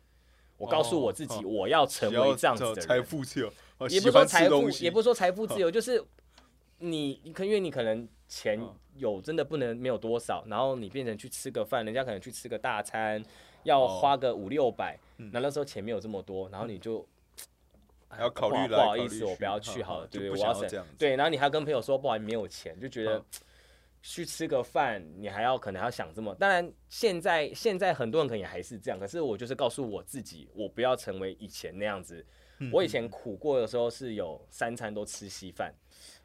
B: 我告诉我自己，
A: 哦
B: 我要成
A: 只要
B: 为这样子
A: 找
B: 的人。
A: 财富自由，哦
B: 也
A: 喜
B: 不说
A: 欢吃
B: 财富
A: 东，西
B: 也不说财富自由，就是你你可因为你可能钱
A: 嗯
B: 有真的不能没有多少，然后你变成去吃个饭，人家可能去吃个大餐
A: 哦
B: 要花个五六百，
A: 嗯
B: 那那时候钱没有这么多，然后你就。
A: 还要考虑
B: 不好
A: 来
B: 不好
A: 考虑
B: 意思，
A: 去
B: 我不要去
A: 哈
B: 好了，
A: 就
B: 对
A: 不
B: 对，我
A: 想
B: 要
A: 要
B: 省
A: 这样子
B: 对，然后你还跟朋友说，不好意思没有钱，就觉得
A: 嗯
B: 去吃个饭，你还要可能还要想这么。当然，现在现在很多人可能也还是这样，可是我就是告诉我自己，我不要成为以前那样子。
A: 嗯
B: 我以前苦过的时候是有三餐都吃稀饭，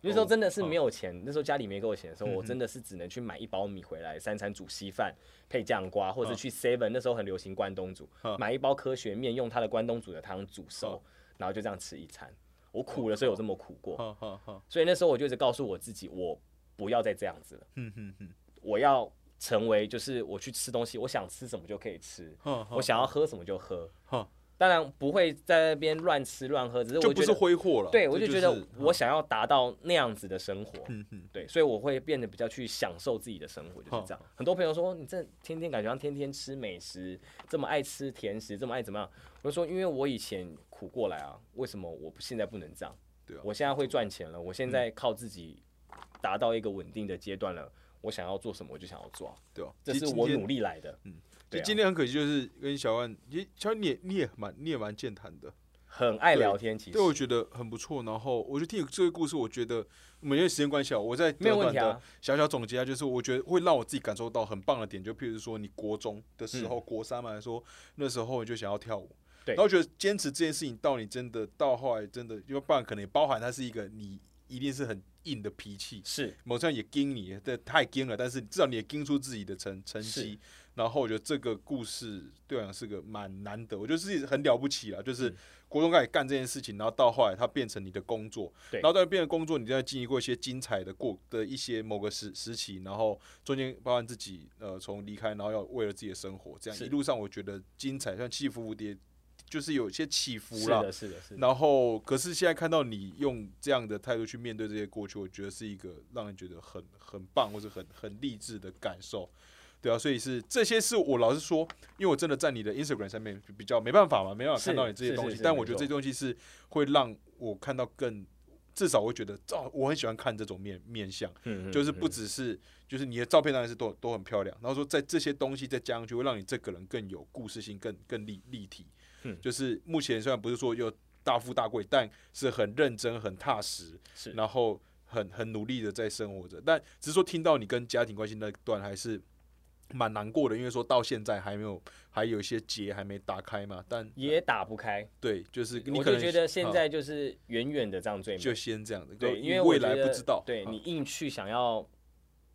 B: 那
A: 哦
B: 时候真的是没有钱，那时候家里没给我钱的
A: 嗯
B: 时候，我真的是只能去买一包米回来，三餐煮稀饭配酱瓜，
A: 哦
B: 或者是去 Seven 那时候很流行关东煮，
A: 嗯
B: 买一包科学面，用它的关东煮的汤煮熟，然后就这样吃一餐。我苦的时候有这么苦过，
A: 哈哈哈，
B: 所以那时候我就一直告诉我自己，我不要再这样子了。
A: 嗯哼哼，
B: 我要成为就是我去吃东西，我想吃什么就可以吃，
A: 哈哈
B: 我想要喝什么就喝
A: 哼。
B: 当然不会在那边乱吃乱喝，只是
A: 就
B: 我
A: 不
B: 觉
A: 是
B: 得，
A: 挥霍了，
B: 对
A: 这
B: 我就觉
A: 是
B: 得我想要达到那样子的生活，
A: 嗯哼，
B: 对，所以我会变得比较去享受自己的生活，就是这样。很多朋友说哦你这天天感觉像天天吃美食，这么爱吃甜食，这么爱怎么样？我就说因为我以前苦过来啊，为什么我不现在不能这样？
A: 对啊嗯
B: 我现在会赚钱了，我现在靠自己达到一个稳定的阶段了，我想要做什么我就想要做啊、
A: 对吧？
B: 这
A: 其实
B: 是
A: 今
B: 我
A: 天嗯
B: 努力来的，对
A: 就
B: 啊
A: 今天很可惜，就是跟小万，其实小万你也你也蛮你也蛮健谈的，
B: 很爱聊天，其实
A: 对，我觉得很不错。然后我就听你这个故事，我觉得每天时间关系啊，我在
B: 没有问题啊
A: 短短的小小总结啊，就是我觉得会让我自己感受到很棒的点，就譬如说你国中的时候，国三嘛来说，那时候你就想要跳舞。
B: 嗯对
A: 然后觉得坚持这件事情，到你真的到后来真的，因为不然可能也包含它是一个你一定是很硬的脾气，
B: 是
A: 某上也盯你，但太盯了，但是至少你也盯出自己的成成绩。然后我觉得这个故事对我来讲是个蛮难得，我觉得是很了不起啦。就是国中开始干这件事情，然后到后来它变成你的工作，
B: 对
A: 然后到变成工作，你再经历过一些精彩的过的一些某个时时期，然后中间包含自己呃从离开，然后要为了自己的生活，这样
B: 是
A: 一路上我觉得精彩，像起起伏伏跌就是有一些起
B: 是
A: 伏啦。
B: 的，是的，是的。
A: 然后，可是现在看到你用这样的态度去面对这些过去，我觉得是一个让人觉得很很棒或者很很励志的感受，对啊，所以是这些是我老实说，因为我真的在你的 Instagram 上面比较没办法嘛，没办法
B: 是
A: 看到你这些
B: 是
A: 东
B: 是
A: 西，
B: 是
A: 但
B: 没
A: 我觉得
B: 错
A: 这东西是会让我看到更，至少我会觉得哦，我很喜欢看这种面面相。
B: 嗯
A: 就是不只是就是你的照片当然是都都很漂亮，然后说在这些东西再加上去，会让你这个人更有故事性，更更立立体。
B: 嗯
A: 就是目前虽然不是说又大富大贵，但是很认真、很踏实，
B: 是
A: 然后很很努力的在生活着。但只是说听到你跟家庭关系那段还是蛮难过的，因为说到现在还没有，还有一些结还没打开嘛。但
B: 也打不开。
A: 对，就是你
B: 我
A: 可
B: 就
A: 能
B: 觉得现
A: 啊
B: 在就是远远的这样最美。
A: 就先这样的，
B: 对，
A: 你
B: 因为我
A: 未
B: 觉
A: 来
B: 得
A: 不知道，
B: 对
A: 啊
B: 你硬去想要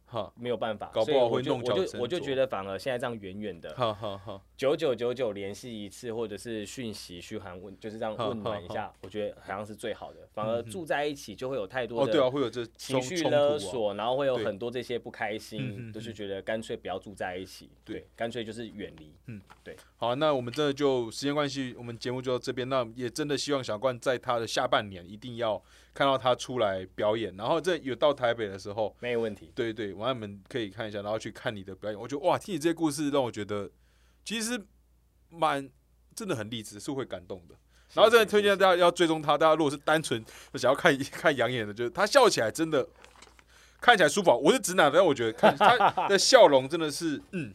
A: 哈
B: 没有办法，
A: 搞不
B: 所以
A: 好
B: 我
A: 会
B: 就
A: 弄巧
B: 我
A: 成
B: 就我就
A: 拙
B: 觉得反而现在这样远远的，
A: 哈哈哈。
B: 九九九九联系一次，或者是讯息嘘寒问，就是这样
A: 好嗯
B: 问暖一下，我觉得好像是最好的。反而住在一起就会有太多
A: 哦，对啊，
B: 的
A: 会有这
B: 情
A: 冲
B: 绪
A: 冲突
B: 勒
A: 啊
B: 索，然后会有
A: 对
B: 很多这些不
A: 嗯
B: 开
A: 哼
B: 心，就是觉得干脆不要住在一起，
A: 对
B: 对，干脆就是远离。
A: 好，那我们真的就时间关系，我们节目就到这边。那也真的希望小冠在他的下半年一定要看到他出来表演，然后这有到台北的时候，
B: 没有问题，
A: 对对，网友们可以看一下，然后去看你的表演。我觉得哇，听你这些故事让我觉得其实蛮真的很励志，是会感动的。然后真嗯的推荐大家要追踪他，大家如果是单纯想要看 看养眼的，就是他笑起来真的看起来舒服。我是直男，但我觉得看他的笑容真的是嗯。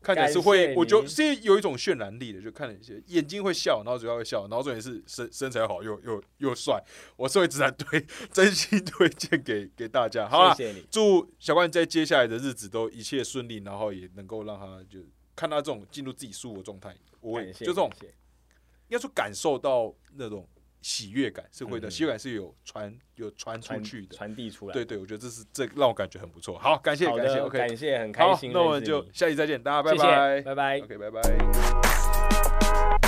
A: 看起来是
B: 感谢
A: 会，
B: 你
A: 我觉得是有一种渲染力的，就看了一些眼睛会笑，然后嘴巴会笑，然后重点是身身材好又又又帅，我是会直男推， 真心推荐给给大家。好啦，
B: 谢谢你，
A: 祝小冠在接下来的日子都一切顺利，然后也能够让他就看他这种进入自己舒服的状态，我也
B: 感谢
A: 就这种
B: 感谢
A: 应该说感受到那种喜悦感是会的，
B: 嗯
A: 喜悦感是有传有传出
B: 传
A: 去的。
B: 传递出来。
A: 对对，我觉得这是这让我感觉很不错。好，感谢
B: 好
A: 感谢
B: 的，
A: ，OK，
B: 感谢，很开
A: 好，
B: 心认识
A: 那
B: 你。
A: 我们就下期再见，大家拜
B: 谢谢
A: 拜
B: 拜拜。
A: ，OK，拜拜。